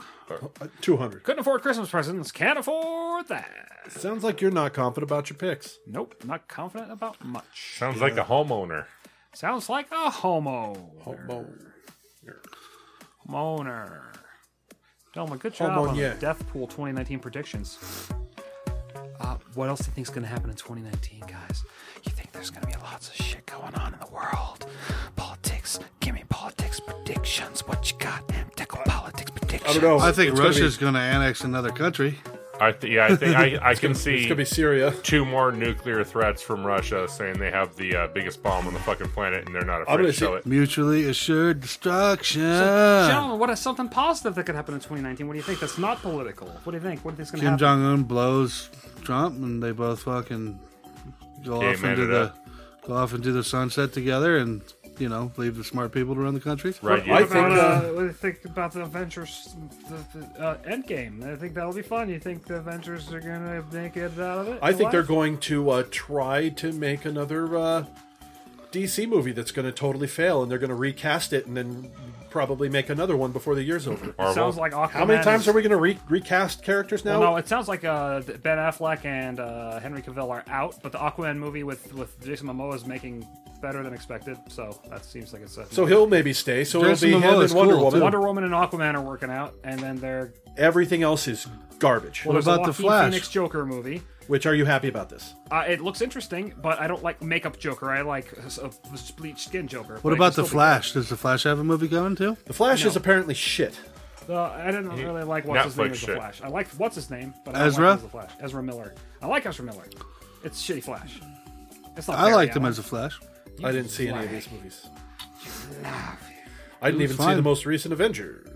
[SPEAKER 4] two hundred.
[SPEAKER 2] couldn't afford Christmas presents. Can't afford that.
[SPEAKER 4] Sounds like you're not confident about your picks.
[SPEAKER 2] Nope, not confident about much.
[SPEAKER 3] Sounds like a homeowner.
[SPEAKER 2] Sounds like a homo.
[SPEAKER 4] Homo.
[SPEAKER 2] Moaner. Delma, good job
[SPEAKER 4] Homo,
[SPEAKER 2] on
[SPEAKER 4] yeah.
[SPEAKER 2] the Death Pool 2019 predictions. Uh, what else do you think's going to happen in 2019, guys? You think there's going to be lots of shit going on in the world? Politics. Give me politics predictions. What you got? Damn, tickle politics predictions.
[SPEAKER 4] I don't know.
[SPEAKER 5] I think
[SPEAKER 4] It's gonna
[SPEAKER 5] Russia's going to annex another country.
[SPEAKER 3] I th- yeah, I think I, I can
[SPEAKER 4] Be, it's
[SPEAKER 3] see
[SPEAKER 4] gonna be Syria.
[SPEAKER 3] two more nuclear threats from Russia saying they have the uh, biggest bomb on the fucking planet and they're not
[SPEAKER 4] I'm
[SPEAKER 3] afraid to
[SPEAKER 4] gonna
[SPEAKER 3] show
[SPEAKER 4] see-
[SPEAKER 3] it.
[SPEAKER 5] Mutually assured destruction.
[SPEAKER 2] So, gentlemen, what is something positive that could happen in 2019? What do you think that's not political? What do you think? What do you think's going to
[SPEAKER 5] Kim
[SPEAKER 2] happen?
[SPEAKER 5] Jong Un blows Trump, and they both fucking go
[SPEAKER 3] Yeah,
[SPEAKER 5] off
[SPEAKER 3] man,
[SPEAKER 5] into
[SPEAKER 3] it
[SPEAKER 5] the
[SPEAKER 3] up.
[SPEAKER 5] go off into the sunset together, and you know leave the smart people to run the country.
[SPEAKER 3] Right?
[SPEAKER 4] I
[SPEAKER 3] Yeah.
[SPEAKER 4] think,
[SPEAKER 2] About,
[SPEAKER 4] uh,
[SPEAKER 2] uh, what do you think about the Avengers the, the, uh, Endgame? I think that'll be fun. You think the Avengers are gonna make it out of it?
[SPEAKER 4] I think
[SPEAKER 2] What?
[SPEAKER 4] they're going to uh, try to make another uh, DC movie that's going to totally fail, and they're going to recast it, and then probably make another one before the year's over.
[SPEAKER 3] Marvel.
[SPEAKER 2] Sounds like Aquaman.
[SPEAKER 4] How many times
[SPEAKER 2] is-
[SPEAKER 4] are we going to re- recast characters now?
[SPEAKER 2] Well, no, it sounds like uh, Ben Affleck and uh, Henry Cavill are out, but the Aquaman movie with with Jason Momoa is making better than expected. So that seems like it's a
[SPEAKER 4] so he'll maybe stay. So
[SPEAKER 5] Jason
[SPEAKER 4] it'll be him
[SPEAKER 5] Momoa
[SPEAKER 4] and
[SPEAKER 5] is
[SPEAKER 4] Wonder
[SPEAKER 5] cool,
[SPEAKER 4] Woman.
[SPEAKER 5] too.
[SPEAKER 2] Wonder Woman and Aquaman are working out, and then they're
[SPEAKER 4] Everything else is garbage.
[SPEAKER 2] well, there's
[SPEAKER 5] about
[SPEAKER 2] a
[SPEAKER 5] the
[SPEAKER 2] Joaquin
[SPEAKER 5] Flash?
[SPEAKER 2] Phoenix Joker movie.
[SPEAKER 4] Which are you happy about this?
[SPEAKER 2] Uh, it looks interesting, but I don't like makeup Joker. I like a, a bleached skin Joker.
[SPEAKER 5] What about the Flash? Does the Flash have a movie coming too?
[SPEAKER 4] The Flash is apparently shit.
[SPEAKER 2] Uh, I didn't really like what's his name
[SPEAKER 3] Netflix
[SPEAKER 2] as the
[SPEAKER 3] shit.
[SPEAKER 2] Flash. I liked what's his name, but I don't
[SPEAKER 5] Ezra?
[SPEAKER 2] like him as the Flash. Ezra Miller. I like Ezra Miller. It's shitty Flash. It's not
[SPEAKER 5] I
[SPEAKER 2] Barry
[SPEAKER 5] liked him
[SPEAKER 2] Allen.
[SPEAKER 5] as a Flash.
[SPEAKER 4] I didn't see any of these movies. I didn't even see
[SPEAKER 5] fine.
[SPEAKER 4] the most recent Avengers.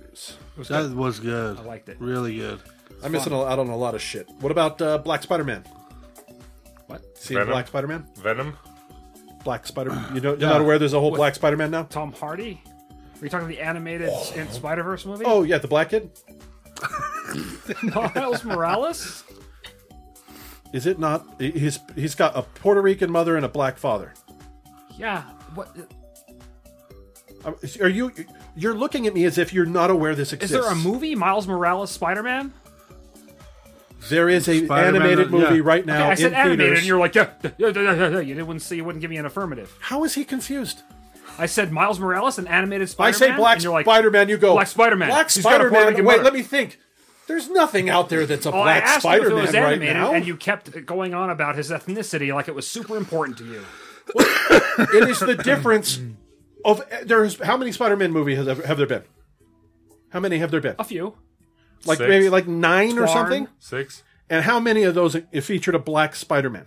[SPEAKER 5] That was good. I
[SPEAKER 2] liked it.
[SPEAKER 5] Really good.
[SPEAKER 4] I'm missing a- out on a lot of shit. What about uh, Black Spider Man?
[SPEAKER 2] What?
[SPEAKER 4] See
[SPEAKER 3] Venom?
[SPEAKER 4] Black Spider Man?
[SPEAKER 3] Venom.
[SPEAKER 2] [SIGHS]
[SPEAKER 4] Black Spider. You know, you're not aware there's a whole Black Spider Man now.
[SPEAKER 2] Tom Hardy? Are you talking the animated in Spider Verse movie?
[SPEAKER 4] Oh yeah, the black kid.
[SPEAKER 2] Miles Morales?
[SPEAKER 4] Is it not? he- He's he's got a Puerto Rican mother and a black father.
[SPEAKER 2] Yeah. What?
[SPEAKER 4] Um, Are you? You're looking at me as if you're not aware this
[SPEAKER 2] Is
[SPEAKER 4] exists.
[SPEAKER 2] there a movie Miles Morales Spider Man?
[SPEAKER 4] There is a
[SPEAKER 5] Spider-Man,
[SPEAKER 4] animated
[SPEAKER 5] yeah.
[SPEAKER 4] movie right now
[SPEAKER 2] I said
[SPEAKER 4] in
[SPEAKER 2] animated,
[SPEAKER 4] theaters.
[SPEAKER 2] and you're like, yeah, yeah, yeah, yeah, yeah, yeah. You didn't see, you wouldn't give me an affirmative.
[SPEAKER 4] How is he confused?
[SPEAKER 2] I said Miles Morales and animated Spider
[SPEAKER 4] I
[SPEAKER 2] Man.
[SPEAKER 4] say Black
[SPEAKER 2] and you're like,
[SPEAKER 4] Spider Man. You go
[SPEAKER 2] Black Spider-Man.
[SPEAKER 4] Black
[SPEAKER 2] He's got a Puerto
[SPEAKER 4] Spider Man.
[SPEAKER 2] Rican
[SPEAKER 4] Wait,
[SPEAKER 2] mother.
[SPEAKER 4] let me think. There's nothing out there that's a
[SPEAKER 2] Well, "Oh, I
[SPEAKER 4] Black
[SPEAKER 2] asked
[SPEAKER 4] Spider
[SPEAKER 2] you if it
[SPEAKER 4] Man
[SPEAKER 2] was
[SPEAKER 4] right
[SPEAKER 2] animated,
[SPEAKER 4] now.
[SPEAKER 2] and you kept going on about his ethnicity like it was super important to you.
[SPEAKER 4] it is the difference of there's how many Spider Man movies has have there been? How many have there been?
[SPEAKER 2] A few.
[SPEAKER 4] Like
[SPEAKER 3] Six.
[SPEAKER 4] maybe like nine or
[SPEAKER 2] Twarn.
[SPEAKER 4] something.
[SPEAKER 3] Six.
[SPEAKER 4] And how many of those it featured a black Spider Man?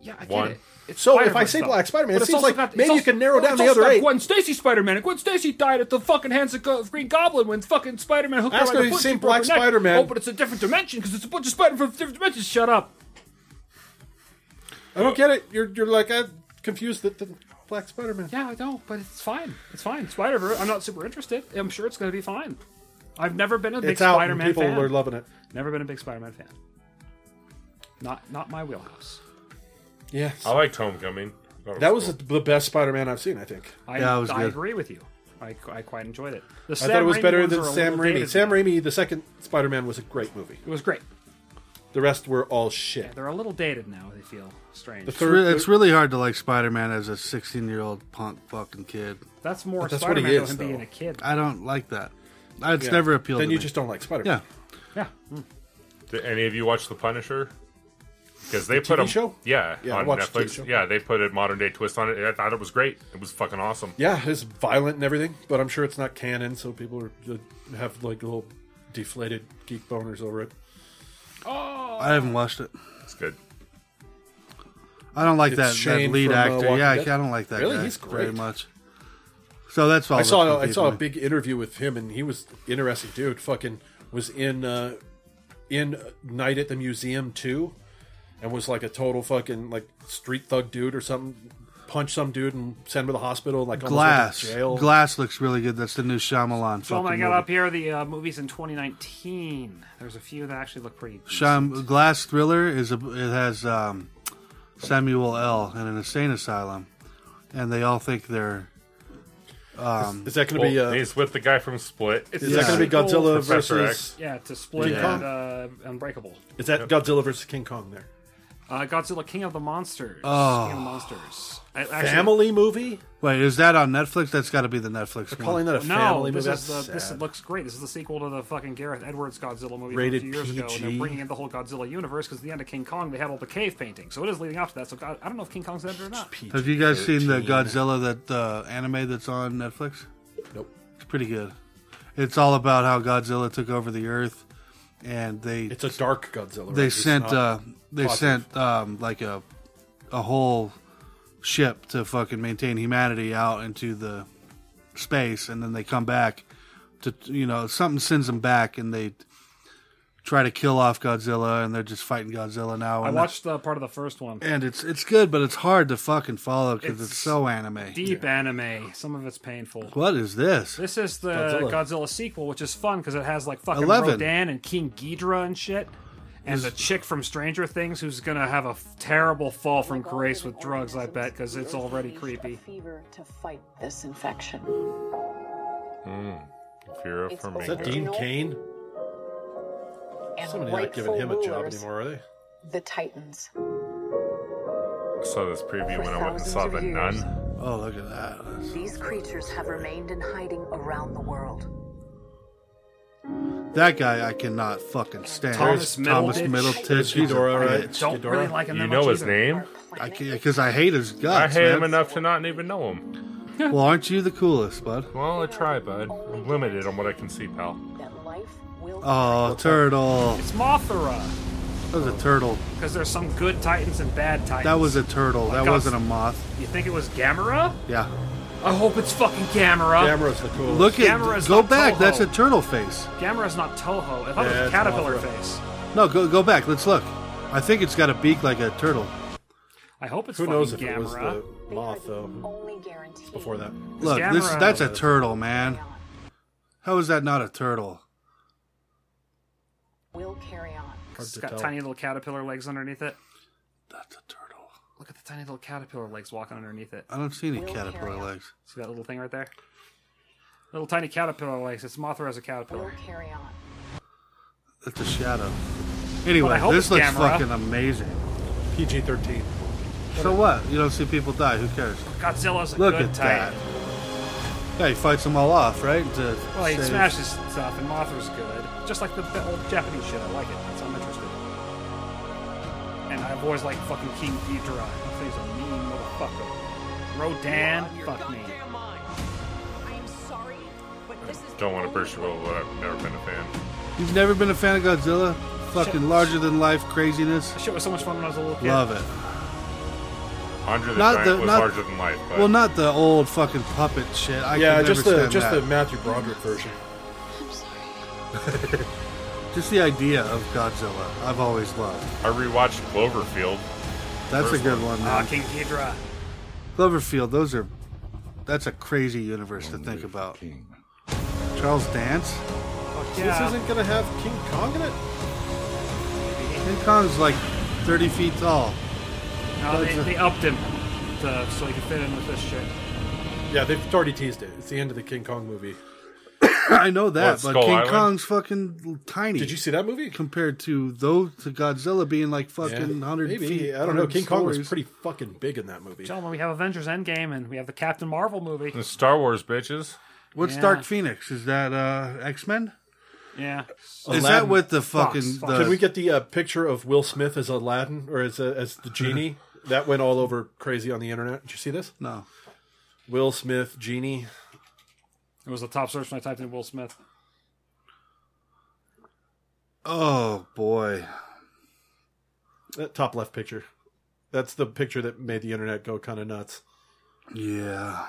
[SPEAKER 2] Yeah, I
[SPEAKER 3] One.
[SPEAKER 2] get it. It's
[SPEAKER 4] So if
[SPEAKER 2] Spider-Man
[SPEAKER 4] I say
[SPEAKER 2] stuff.
[SPEAKER 4] Black Spider-Man,
[SPEAKER 2] But
[SPEAKER 4] it
[SPEAKER 2] it's
[SPEAKER 4] seems
[SPEAKER 2] also
[SPEAKER 4] like
[SPEAKER 2] got- it's
[SPEAKER 4] maybe you
[SPEAKER 2] also-
[SPEAKER 4] can narrow
[SPEAKER 2] well,
[SPEAKER 4] down
[SPEAKER 2] it's
[SPEAKER 4] the
[SPEAKER 2] also
[SPEAKER 4] other
[SPEAKER 2] got
[SPEAKER 4] eight.
[SPEAKER 2] Gwen Stacy Spider-Man. and Gwen Stacy died at the fucking hands of Go- Green Goblin when fucking Spider-Man hooked
[SPEAKER 4] Ask
[SPEAKER 2] her by
[SPEAKER 4] her
[SPEAKER 2] the
[SPEAKER 4] if
[SPEAKER 2] foot.
[SPEAKER 4] you've
[SPEAKER 2] she
[SPEAKER 4] seen
[SPEAKER 2] broke her
[SPEAKER 4] Black
[SPEAKER 2] neck.
[SPEAKER 4] Spider-Man.
[SPEAKER 2] Oh, but it's a different dimension because it's a bunch of Spider-Man from different dimensions. Shut up.
[SPEAKER 4] I don't get it. You're you're like I'm confused that the Black Spider Man.
[SPEAKER 2] Yeah, I know, but it's fine. It's fine. Spider-Verse. I'm not super interested. I'm sure it's going to be fine. I've never been a big
[SPEAKER 4] It's out. and
[SPEAKER 2] Spider-Man
[SPEAKER 4] people
[SPEAKER 2] fan.
[SPEAKER 4] are loving it.
[SPEAKER 2] Never been a big Spider-Man fan. Not not my wheelhouse.
[SPEAKER 4] Yeah,
[SPEAKER 3] I liked Homecoming. That was,
[SPEAKER 4] that was the best Spider Man I've seen. I think.
[SPEAKER 2] I,
[SPEAKER 5] Yeah, it was
[SPEAKER 2] I
[SPEAKER 5] good.
[SPEAKER 2] agree with you. I, I quite enjoyed it. The
[SPEAKER 4] I thought it was better than Sam Raimi. Sam Raimi, the second Spider Man was a great movie.
[SPEAKER 2] It was great.
[SPEAKER 4] The rest were all shit.
[SPEAKER 2] They're a little dated now. They feel strange.
[SPEAKER 4] The
[SPEAKER 5] It's,
[SPEAKER 4] third,
[SPEAKER 5] re- it's really hard to like Spider Man as a 16 year old punk fucking kid.
[SPEAKER 2] That's more
[SPEAKER 4] But that's what he
[SPEAKER 2] Spider-Man
[SPEAKER 4] is,
[SPEAKER 2] than being
[SPEAKER 4] though.
[SPEAKER 2] a kid.
[SPEAKER 5] I don't like that. It's
[SPEAKER 4] yeah.
[SPEAKER 5] never appealed
[SPEAKER 4] Then
[SPEAKER 5] to
[SPEAKER 4] you
[SPEAKER 5] me.
[SPEAKER 4] just don't like Spider
[SPEAKER 5] yeah.
[SPEAKER 4] Man.
[SPEAKER 2] yeah.
[SPEAKER 3] Did any of you watch The Punisher? Because they put
[SPEAKER 4] TV
[SPEAKER 3] a
[SPEAKER 4] show?
[SPEAKER 3] yeah,
[SPEAKER 4] Yeah, I
[SPEAKER 3] on
[SPEAKER 4] watched the TV
[SPEAKER 3] Netflix.
[SPEAKER 4] show.
[SPEAKER 3] Yeah, they put a modern day twist on it. I thought it was great. It was fucking awesome.
[SPEAKER 4] Yeah, it's violent and everything, but I'm sure it's not canon, so people are, uh, have like little deflated geek boners over it.
[SPEAKER 5] I haven't watched it.
[SPEAKER 3] It's good.
[SPEAKER 5] I don't like
[SPEAKER 4] It's
[SPEAKER 5] that, that
[SPEAKER 4] Shane
[SPEAKER 5] lead
[SPEAKER 4] from, uh,
[SPEAKER 5] actor.
[SPEAKER 4] Walking
[SPEAKER 5] yeah, I,
[SPEAKER 4] Dead.
[SPEAKER 5] I don't like that
[SPEAKER 4] Really?
[SPEAKER 5] guy
[SPEAKER 4] He's
[SPEAKER 5] very
[SPEAKER 4] great.
[SPEAKER 5] much. So that's all.
[SPEAKER 4] I
[SPEAKER 5] that
[SPEAKER 4] saw I
[SPEAKER 5] confused
[SPEAKER 4] saw a
[SPEAKER 5] me.
[SPEAKER 4] big interview with him, and he was interesting dude. Fucking was in uh, in Night at the Museum too, and was like a total fucking like street thug dude or something. Punch some dude and send him to the hospital. Like almost went
[SPEAKER 5] Glass.
[SPEAKER 4] to jail.
[SPEAKER 5] Glass looks really good. That's the new Shyamalan.
[SPEAKER 2] So when I
[SPEAKER 5] fucking
[SPEAKER 2] got
[SPEAKER 5] movie.
[SPEAKER 2] up here, the uh, movies in 2019. There's a few that actually look pretty.
[SPEAKER 5] Sham Glass Thriller is a, it has um, Samuel L. in an insane asylum, and they all think they're
[SPEAKER 4] Is that going
[SPEAKER 3] Well,
[SPEAKER 4] to be uh,
[SPEAKER 3] he's with the guy from Split.
[SPEAKER 2] It's
[SPEAKER 4] is
[SPEAKER 5] Yeah.
[SPEAKER 4] that going to be Godzilla
[SPEAKER 3] Professor
[SPEAKER 4] versus
[SPEAKER 2] Yeah, to split
[SPEAKER 5] King
[SPEAKER 2] and,
[SPEAKER 5] Kong?
[SPEAKER 2] uh, Unbreakable.
[SPEAKER 4] is that Godzilla versus King Kong there?
[SPEAKER 2] Uh, Godzilla, King of the Monsters.
[SPEAKER 5] Oh.
[SPEAKER 2] King of the Monsters. I, actually,
[SPEAKER 4] Ah. Family movie?
[SPEAKER 5] Wait, is that on Netflix? That's got to be the Netflix
[SPEAKER 4] Calling
[SPEAKER 5] one.
[SPEAKER 4] that a
[SPEAKER 2] No,
[SPEAKER 4] family
[SPEAKER 2] this
[SPEAKER 4] movie?
[SPEAKER 2] is the,
[SPEAKER 4] That's
[SPEAKER 2] this
[SPEAKER 4] sad.
[SPEAKER 2] looks great. This is the sequel to the fucking Gareth Edwards Godzilla movie
[SPEAKER 4] Rated
[SPEAKER 2] from a few years ago, and they're
[SPEAKER 4] PG.
[SPEAKER 2] bringing in the whole Godzilla universe because at the end of King Kong they had all the cave paintings, so it is leading up to that. So God, I don't know if King Kong's dead or not.
[SPEAKER 5] Have you guys seen the Godzilla that uh, anime that's on Netflix?
[SPEAKER 4] Nope.
[SPEAKER 5] It's pretty good. It's all about how Godzilla took over the Earth, and they
[SPEAKER 4] It's a dark Godzilla. right?
[SPEAKER 5] they
[SPEAKER 4] It's
[SPEAKER 5] sent
[SPEAKER 4] not-
[SPEAKER 5] uh, they
[SPEAKER 4] positive.
[SPEAKER 5] sent um, like a a whole ship to fucking maintain humanity out into the space, and then they come back to you know something sends them back, and they try to kill off Godzilla, and they're just fighting Godzilla now.
[SPEAKER 2] I
[SPEAKER 5] and
[SPEAKER 2] watched the part of the first one.
[SPEAKER 5] and it's it's good, but it's hard to fucking follow because it's,
[SPEAKER 2] It's
[SPEAKER 5] so anime.
[SPEAKER 2] Deep anime. Some of it's painful.
[SPEAKER 5] What is this?
[SPEAKER 2] This is the Godzilla,
[SPEAKER 4] Godzilla.
[SPEAKER 2] sequel, which is fun because it has like fucking
[SPEAKER 5] 11.
[SPEAKER 2] Rodan and King Ghidra and shit, and the chick from Stranger Things who's gonna have a f- terrible fall from grace with drugs, I bet, because it's already creepy.
[SPEAKER 7] Fever to fight this infection.
[SPEAKER 3] Fear of
[SPEAKER 7] It's
[SPEAKER 4] Is
[SPEAKER 3] Flamingo.
[SPEAKER 4] that Dean Kane?
[SPEAKER 7] And
[SPEAKER 4] Somebody not giving
[SPEAKER 7] rightful
[SPEAKER 4] him a job
[SPEAKER 7] rulers,
[SPEAKER 4] anymore, are they?
[SPEAKER 7] The Titans.
[SPEAKER 3] I saw this preview when I went and
[SPEAKER 7] Thousands
[SPEAKER 3] saw
[SPEAKER 7] of
[SPEAKER 3] The
[SPEAKER 7] years.
[SPEAKER 3] Nun.
[SPEAKER 5] Oh, look at that!
[SPEAKER 7] These creatures have remained in hiding around the world.
[SPEAKER 5] That guy I cannot fucking stand.
[SPEAKER 2] Thomas
[SPEAKER 5] Thomas
[SPEAKER 2] Middleditch.
[SPEAKER 5] Middleditch.
[SPEAKER 4] Is
[SPEAKER 5] He's a
[SPEAKER 4] Ghidorah, right?
[SPEAKER 5] bitch.
[SPEAKER 2] Don't really like him.
[SPEAKER 3] You
[SPEAKER 2] that
[SPEAKER 3] know
[SPEAKER 2] much
[SPEAKER 3] his
[SPEAKER 2] either.
[SPEAKER 3] name?
[SPEAKER 5] I because I hate his
[SPEAKER 3] I
[SPEAKER 5] guts.
[SPEAKER 3] hate
[SPEAKER 5] man.
[SPEAKER 3] him enough to not even know him.
[SPEAKER 5] Well, aren't you the coolest, bud?
[SPEAKER 3] Well, I try, bud. I'm limited on what I can see, pal.
[SPEAKER 7] That life will
[SPEAKER 5] Oh, turtle.
[SPEAKER 2] It's Mothra,
[SPEAKER 5] That was a turtle.
[SPEAKER 2] because there's some good Titans and bad Titans.
[SPEAKER 5] That was a turtle. That
[SPEAKER 2] God.
[SPEAKER 5] wasn't a moth.
[SPEAKER 2] You think it was Gamera?
[SPEAKER 5] Yeah.
[SPEAKER 2] I hope it's fucking Gamera.
[SPEAKER 4] Camera's the coolest.
[SPEAKER 5] Uh, Look at
[SPEAKER 2] Gamera's
[SPEAKER 5] go
[SPEAKER 2] not
[SPEAKER 5] back.
[SPEAKER 2] Toho.
[SPEAKER 5] That's a turtle face.
[SPEAKER 2] Gamera's not Toho. I thought it
[SPEAKER 4] Yeah,
[SPEAKER 2] was a
[SPEAKER 4] it's
[SPEAKER 2] caterpillar
[SPEAKER 4] Mothra.
[SPEAKER 2] face.
[SPEAKER 5] No, go go back. Let's look. I think it's got a beak like a turtle.
[SPEAKER 2] I hope it's
[SPEAKER 4] Who
[SPEAKER 2] fucking
[SPEAKER 4] knows if
[SPEAKER 2] Gamera.
[SPEAKER 4] it was the
[SPEAKER 7] They are
[SPEAKER 4] moth
[SPEAKER 7] the
[SPEAKER 4] though?
[SPEAKER 7] only guarantee
[SPEAKER 4] Before that,
[SPEAKER 5] Look, this
[SPEAKER 2] Gamera.
[SPEAKER 5] that's a turtle, man. How is that not a turtle?
[SPEAKER 7] will carry on.
[SPEAKER 2] it's
[SPEAKER 4] to
[SPEAKER 2] got
[SPEAKER 4] tell.
[SPEAKER 2] tiny little caterpillar legs underneath it.
[SPEAKER 5] That's a turtle.
[SPEAKER 2] Look at the tiny little caterpillar legs walking underneath it.
[SPEAKER 5] I don't see any
[SPEAKER 7] Will
[SPEAKER 5] caterpillar
[SPEAKER 7] carry on.
[SPEAKER 5] legs.
[SPEAKER 2] See that little thing right there? Little tiny caterpillar legs. It's Mothra as a
[SPEAKER 7] Will
[SPEAKER 2] caterpillar.
[SPEAKER 7] carry on.
[SPEAKER 5] That's a shadow.
[SPEAKER 2] Well, I
[SPEAKER 5] Anyway,
[SPEAKER 2] hope
[SPEAKER 5] this
[SPEAKER 2] it's
[SPEAKER 5] looks
[SPEAKER 2] Gamera.
[SPEAKER 5] fucking amazing.
[SPEAKER 4] PG thirteen.
[SPEAKER 5] So what? You don't see people die. Who cares?
[SPEAKER 2] Godzilla's a
[SPEAKER 5] Look
[SPEAKER 2] good
[SPEAKER 5] at
[SPEAKER 2] titan.
[SPEAKER 5] that. Yeah, he fights them all off, right? To
[SPEAKER 2] Well, he
[SPEAKER 5] save-
[SPEAKER 2] smashes stuff, and Mothra's good. Just like the, the old Japanese shit. I like it. That's I'm interested. And I've always liked fucking King Ghidorah. That thing's a mean motherfucker. Rodan, fuck me.
[SPEAKER 8] I'm sorry, but this is
[SPEAKER 3] Don't want to burst your bubble, but I've never been a fan.
[SPEAKER 5] You've never been a fan of Godzilla? Fucking larger than life craziness.
[SPEAKER 2] Shit was so much fun when I was a little kid.
[SPEAKER 5] Love it.
[SPEAKER 3] Andre the
[SPEAKER 5] Not
[SPEAKER 3] Giant
[SPEAKER 5] the-
[SPEAKER 3] was
[SPEAKER 5] not-
[SPEAKER 3] larger than life, but
[SPEAKER 5] Well, not the old fucking puppet shit. I
[SPEAKER 4] yeah,
[SPEAKER 5] can never
[SPEAKER 4] just the
[SPEAKER 5] stand
[SPEAKER 4] just
[SPEAKER 5] that.
[SPEAKER 4] the Matthew Broderick version.
[SPEAKER 5] just the idea of Godzilla. I've always loved.
[SPEAKER 3] I rewatched Cloverfield.
[SPEAKER 5] That's
[SPEAKER 3] First
[SPEAKER 5] a good one.
[SPEAKER 2] Ah,
[SPEAKER 5] Man.
[SPEAKER 2] King Ghidra.
[SPEAKER 5] Cloverfield. Those are. That's a crazy universe to think about.
[SPEAKER 9] King.
[SPEAKER 5] Charles Dance.
[SPEAKER 2] Fuck
[SPEAKER 4] This
[SPEAKER 2] yeah.
[SPEAKER 4] isn't gonna have King Kong in it.
[SPEAKER 5] King Kong's like 30 feet tall. [LAUGHS]
[SPEAKER 2] No, they, they upped him to, so he could fit in with this shit.
[SPEAKER 4] Yeah, they've already teased it. It's the end of the King Kong movie.
[SPEAKER 5] I know
[SPEAKER 3] What,
[SPEAKER 5] that, but
[SPEAKER 3] Skull
[SPEAKER 5] King
[SPEAKER 3] Island?
[SPEAKER 5] Kong's fucking tiny.
[SPEAKER 4] Did you see that movie?
[SPEAKER 5] compared to those to Godzilla being like
[SPEAKER 4] Yeah.
[SPEAKER 5] fucking 100
[SPEAKER 4] Maybe.
[SPEAKER 5] feet?
[SPEAKER 4] I don't know.
[SPEAKER 5] 100
[SPEAKER 4] King Kong was
[SPEAKER 5] stories.
[SPEAKER 4] pretty fucking big in that movie.
[SPEAKER 2] Gentlemen, we have Avengers Endgame and we have the Captain Marvel
[SPEAKER 4] [LAUGHS]
[SPEAKER 2] movie.
[SPEAKER 3] The Star Wars bitches.
[SPEAKER 5] What's
[SPEAKER 2] Yeah.
[SPEAKER 5] Dark Phoenix? Is that uh X Men?
[SPEAKER 2] Yeah.
[SPEAKER 5] Is that
[SPEAKER 4] Aladdin.
[SPEAKER 5] with the fucking?
[SPEAKER 2] Fox.
[SPEAKER 5] the-
[SPEAKER 4] Did we get the uh, picture of Will Smith as Aladdin or as a, as the
[SPEAKER 5] [LAUGHS]
[SPEAKER 4] genie? that went all over crazy on the internet. Did you see this?
[SPEAKER 5] no?
[SPEAKER 4] Will Smith genie.
[SPEAKER 2] It was the top search when I typed in Will Smith.
[SPEAKER 5] Oh boy,
[SPEAKER 4] That Uh, top left picture. That's the picture that made the internet go kind of nuts.
[SPEAKER 5] yeah,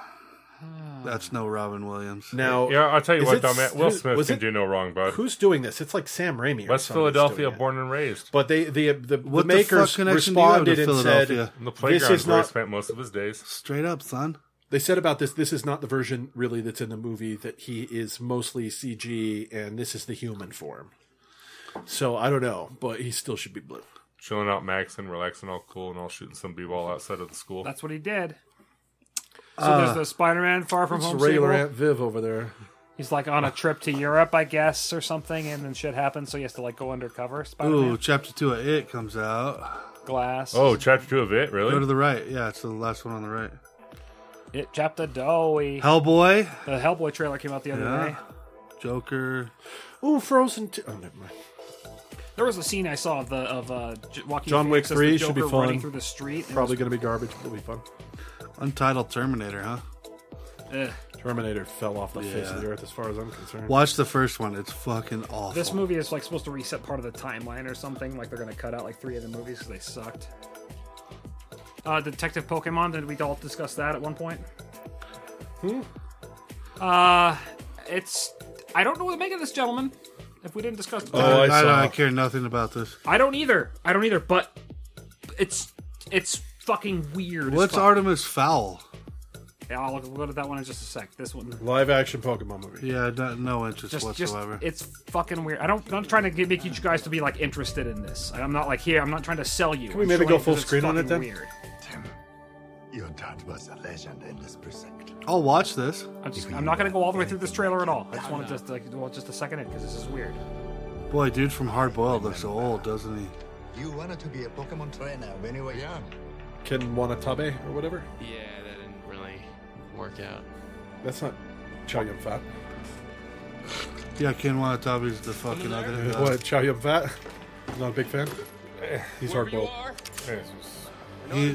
[SPEAKER 5] that's no Robin Williams.
[SPEAKER 4] Now,
[SPEAKER 3] Yeah, I'll tell you
[SPEAKER 4] is
[SPEAKER 3] what,
[SPEAKER 4] it-
[SPEAKER 3] though, man. Will
[SPEAKER 4] who-
[SPEAKER 3] Smith
[SPEAKER 4] was
[SPEAKER 3] can
[SPEAKER 4] it-
[SPEAKER 3] do no wrong, bud.
[SPEAKER 4] who's doing this? It's like Sam Raimi. or
[SPEAKER 3] West
[SPEAKER 4] somebody's
[SPEAKER 3] Philadelphia,
[SPEAKER 4] doing it.
[SPEAKER 3] born and raised.
[SPEAKER 4] But they the uh, the, the
[SPEAKER 5] What the
[SPEAKER 4] makers
[SPEAKER 5] fuck connection do you have to
[SPEAKER 4] responded and said
[SPEAKER 5] Philadelphia?
[SPEAKER 3] In the
[SPEAKER 4] this
[SPEAKER 3] playground
[SPEAKER 4] is
[SPEAKER 3] where he
[SPEAKER 4] not
[SPEAKER 3] spent most of his days.
[SPEAKER 5] Straight up, son.
[SPEAKER 4] they said about this this is not the version really that's in the movie that he is mostly cg and this is the human form so i don't know but he still should be blue
[SPEAKER 3] Chilling out, maxing, relaxing, all cool, and all shooting some b-ball outside of the school.
[SPEAKER 2] That's what he did. So there's the Spider-Man Far From
[SPEAKER 4] Uh, it's
[SPEAKER 2] Home
[SPEAKER 4] regular
[SPEAKER 2] sequel.
[SPEAKER 4] aunt viv over there
[SPEAKER 2] He's like on a trip to Europe, I guess, or something, and then shit happens, so he has to like go undercover.
[SPEAKER 5] Ooh,
[SPEAKER 2] Spider-Man
[SPEAKER 5] chapter two of it comes out.
[SPEAKER 2] glass.
[SPEAKER 3] Oh, chapter two of it,
[SPEAKER 5] Go to
[SPEAKER 3] really?
[SPEAKER 5] the right. Yeah, it's the last one on the right.
[SPEAKER 2] it chapter doughy.
[SPEAKER 5] Hellboy,
[SPEAKER 2] The Hellboy trailer came out the other
[SPEAKER 5] Yeah.
[SPEAKER 2] day.
[SPEAKER 5] Joker.
[SPEAKER 4] Ooh, Frozen 2. Oh, never mind.
[SPEAKER 2] There was a scene I saw of the of uh, J- Joaquin
[SPEAKER 4] John Wick
[SPEAKER 2] Phoenix as
[SPEAKER 4] 3
[SPEAKER 2] the
[SPEAKER 4] should be
[SPEAKER 2] Joker
[SPEAKER 4] fun.
[SPEAKER 2] running through the street. and
[SPEAKER 4] Probably going to be garbage, but it'll be fun.
[SPEAKER 5] Untitled Terminator, huh?
[SPEAKER 2] it was- ugh.
[SPEAKER 4] Terminator fell off the face
[SPEAKER 5] Yeah.
[SPEAKER 4] of the earth, as far as I'm concerned.
[SPEAKER 5] Watch the first one. It's fucking awful.
[SPEAKER 2] This movie is like supposed to reset part of the timeline or something. Like they're gonna cut out like three of the movies because they sucked. Uh, Detective Pokemon. Did we all discuss that at one point? Hmm. Uh, it's I don't know what to make of this, gentlemen. If we didn't discuss,
[SPEAKER 4] Oh, I
[SPEAKER 5] I,
[SPEAKER 4] saw.
[SPEAKER 5] I care nothing about this.
[SPEAKER 2] I don't either. I don't either. But it's it's fucking weird. as
[SPEAKER 5] What's
[SPEAKER 2] fuck.
[SPEAKER 5] Artemis Fowl?
[SPEAKER 2] Yeah, I'll we'll go to that one in just a sec. This one.
[SPEAKER 4] Live action Pokemon movie.
[SPEAKER 5] Yeah, no, no interest
[SPEAKER 2] just, just
[SPEAKER 5] whatsoever.
[SPEAKER 2] it's fucking weird. I don't, I'm not trying to get, make you guys to be like interested in this. I'm not like here. I'm not trying to sell you. Can
[SPEAKER 4] we maybe go full screen on it then?
[SPEAKER 2] Weird.
[SPEAKER 9] Your dad was a legend in this precinct.
[SPEAKER 5] I'll watch this.
[SPEAKER 2] I'm, just, I'm not going to go all the way through this trailer at all. I just wanted just like well, just a second in because this is weird.
[SPEAKER 5] Boy, dude from Hard Boiled looks so old, doesn't he?
[SPEAKER 9] You wanted to be a Pokemon trainer when you were young.
[SPEAKER 4] Ken Wanatabe or whatever.
[SPEAKER 10] Yeah, that didn't really work out.
[SPEAKER 4] That's not Chow Yun Fat.
[SPEAKER 5] Yeah, Ken Watanabe's the fucking other. uh, Eh,
[SPEAKER 4] What, Chow Yun Fat? Not a big fan? He's hard boiled.
[SPEAKER 5] he-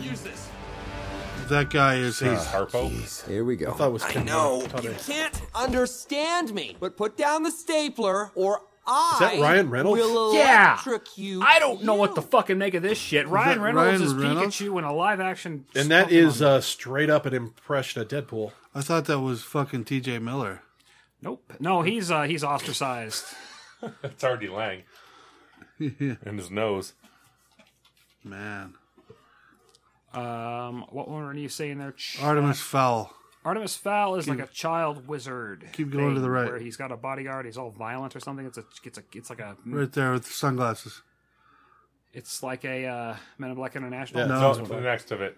[SPEAKER 5] that guy is. uh, He's,
[SPEAKER 3] Harpo.
[SPEAKER 9] Here we go.
[SPEAKER 4] I thought it was Ken
[SPEAKER 11] No, you
[SPEAKER 4] Watanabe.
[SPEAKER 11] can't understand me. But put down the stapler, or I
[SPEAKER 4] Is that Ryan Reynolds?
[SPEAKER 11] will
[SPEAKER 2] Yeah.
[SPEAKER 11] electric you.
[SPEAKER 2] I don't know
[SPEAKER 11] you.
[SPEAKER 2] what to fucking make of this shit. Ryan
[SPEAKER 5] that
[SPEAKER 2] Reynolds
[SPEAKER 5] Ryan
[SPEAKER 2] is
[SPEAKER 5] Reynolds?
[SPEAKER 2] Pikachu in a live action.
[SPEAKER 4] And that
[SPEAKER 2] Pokemon.
[SPEAKER 4] is uh, straight up an impression of Deadpool.
[SPEAKER 5] I thought that was fucking T.J. Miller.
[SPEAKER 2] nope. No, he's uh, he's ostracized.
[SPEAKER 3] [LAUGHS] It's already Lang. and his nose.
[SPEAKER 5] Man,
[SPEAKER 2] Um, what one are you saying there? Ch-
[SPEAKER 4] Uh,
[SPEAKER 5] Artemis Fowl.
[SPEAKER 2] Artemis Fowl is like a child wizard.
[SPEAKER 5] keep going to the right.
[SPEAKER 2] Where he's got a bodyguard, he's all violent or something. It's a, it's a, it's like a,
[SPEAKER 5] Right there with the sunglasses.
[SPEAKER 2] it's like a uh, Men in Black International.
[SPEAKER 4] Yeah.
[SPEAKER 3] No, the next of it.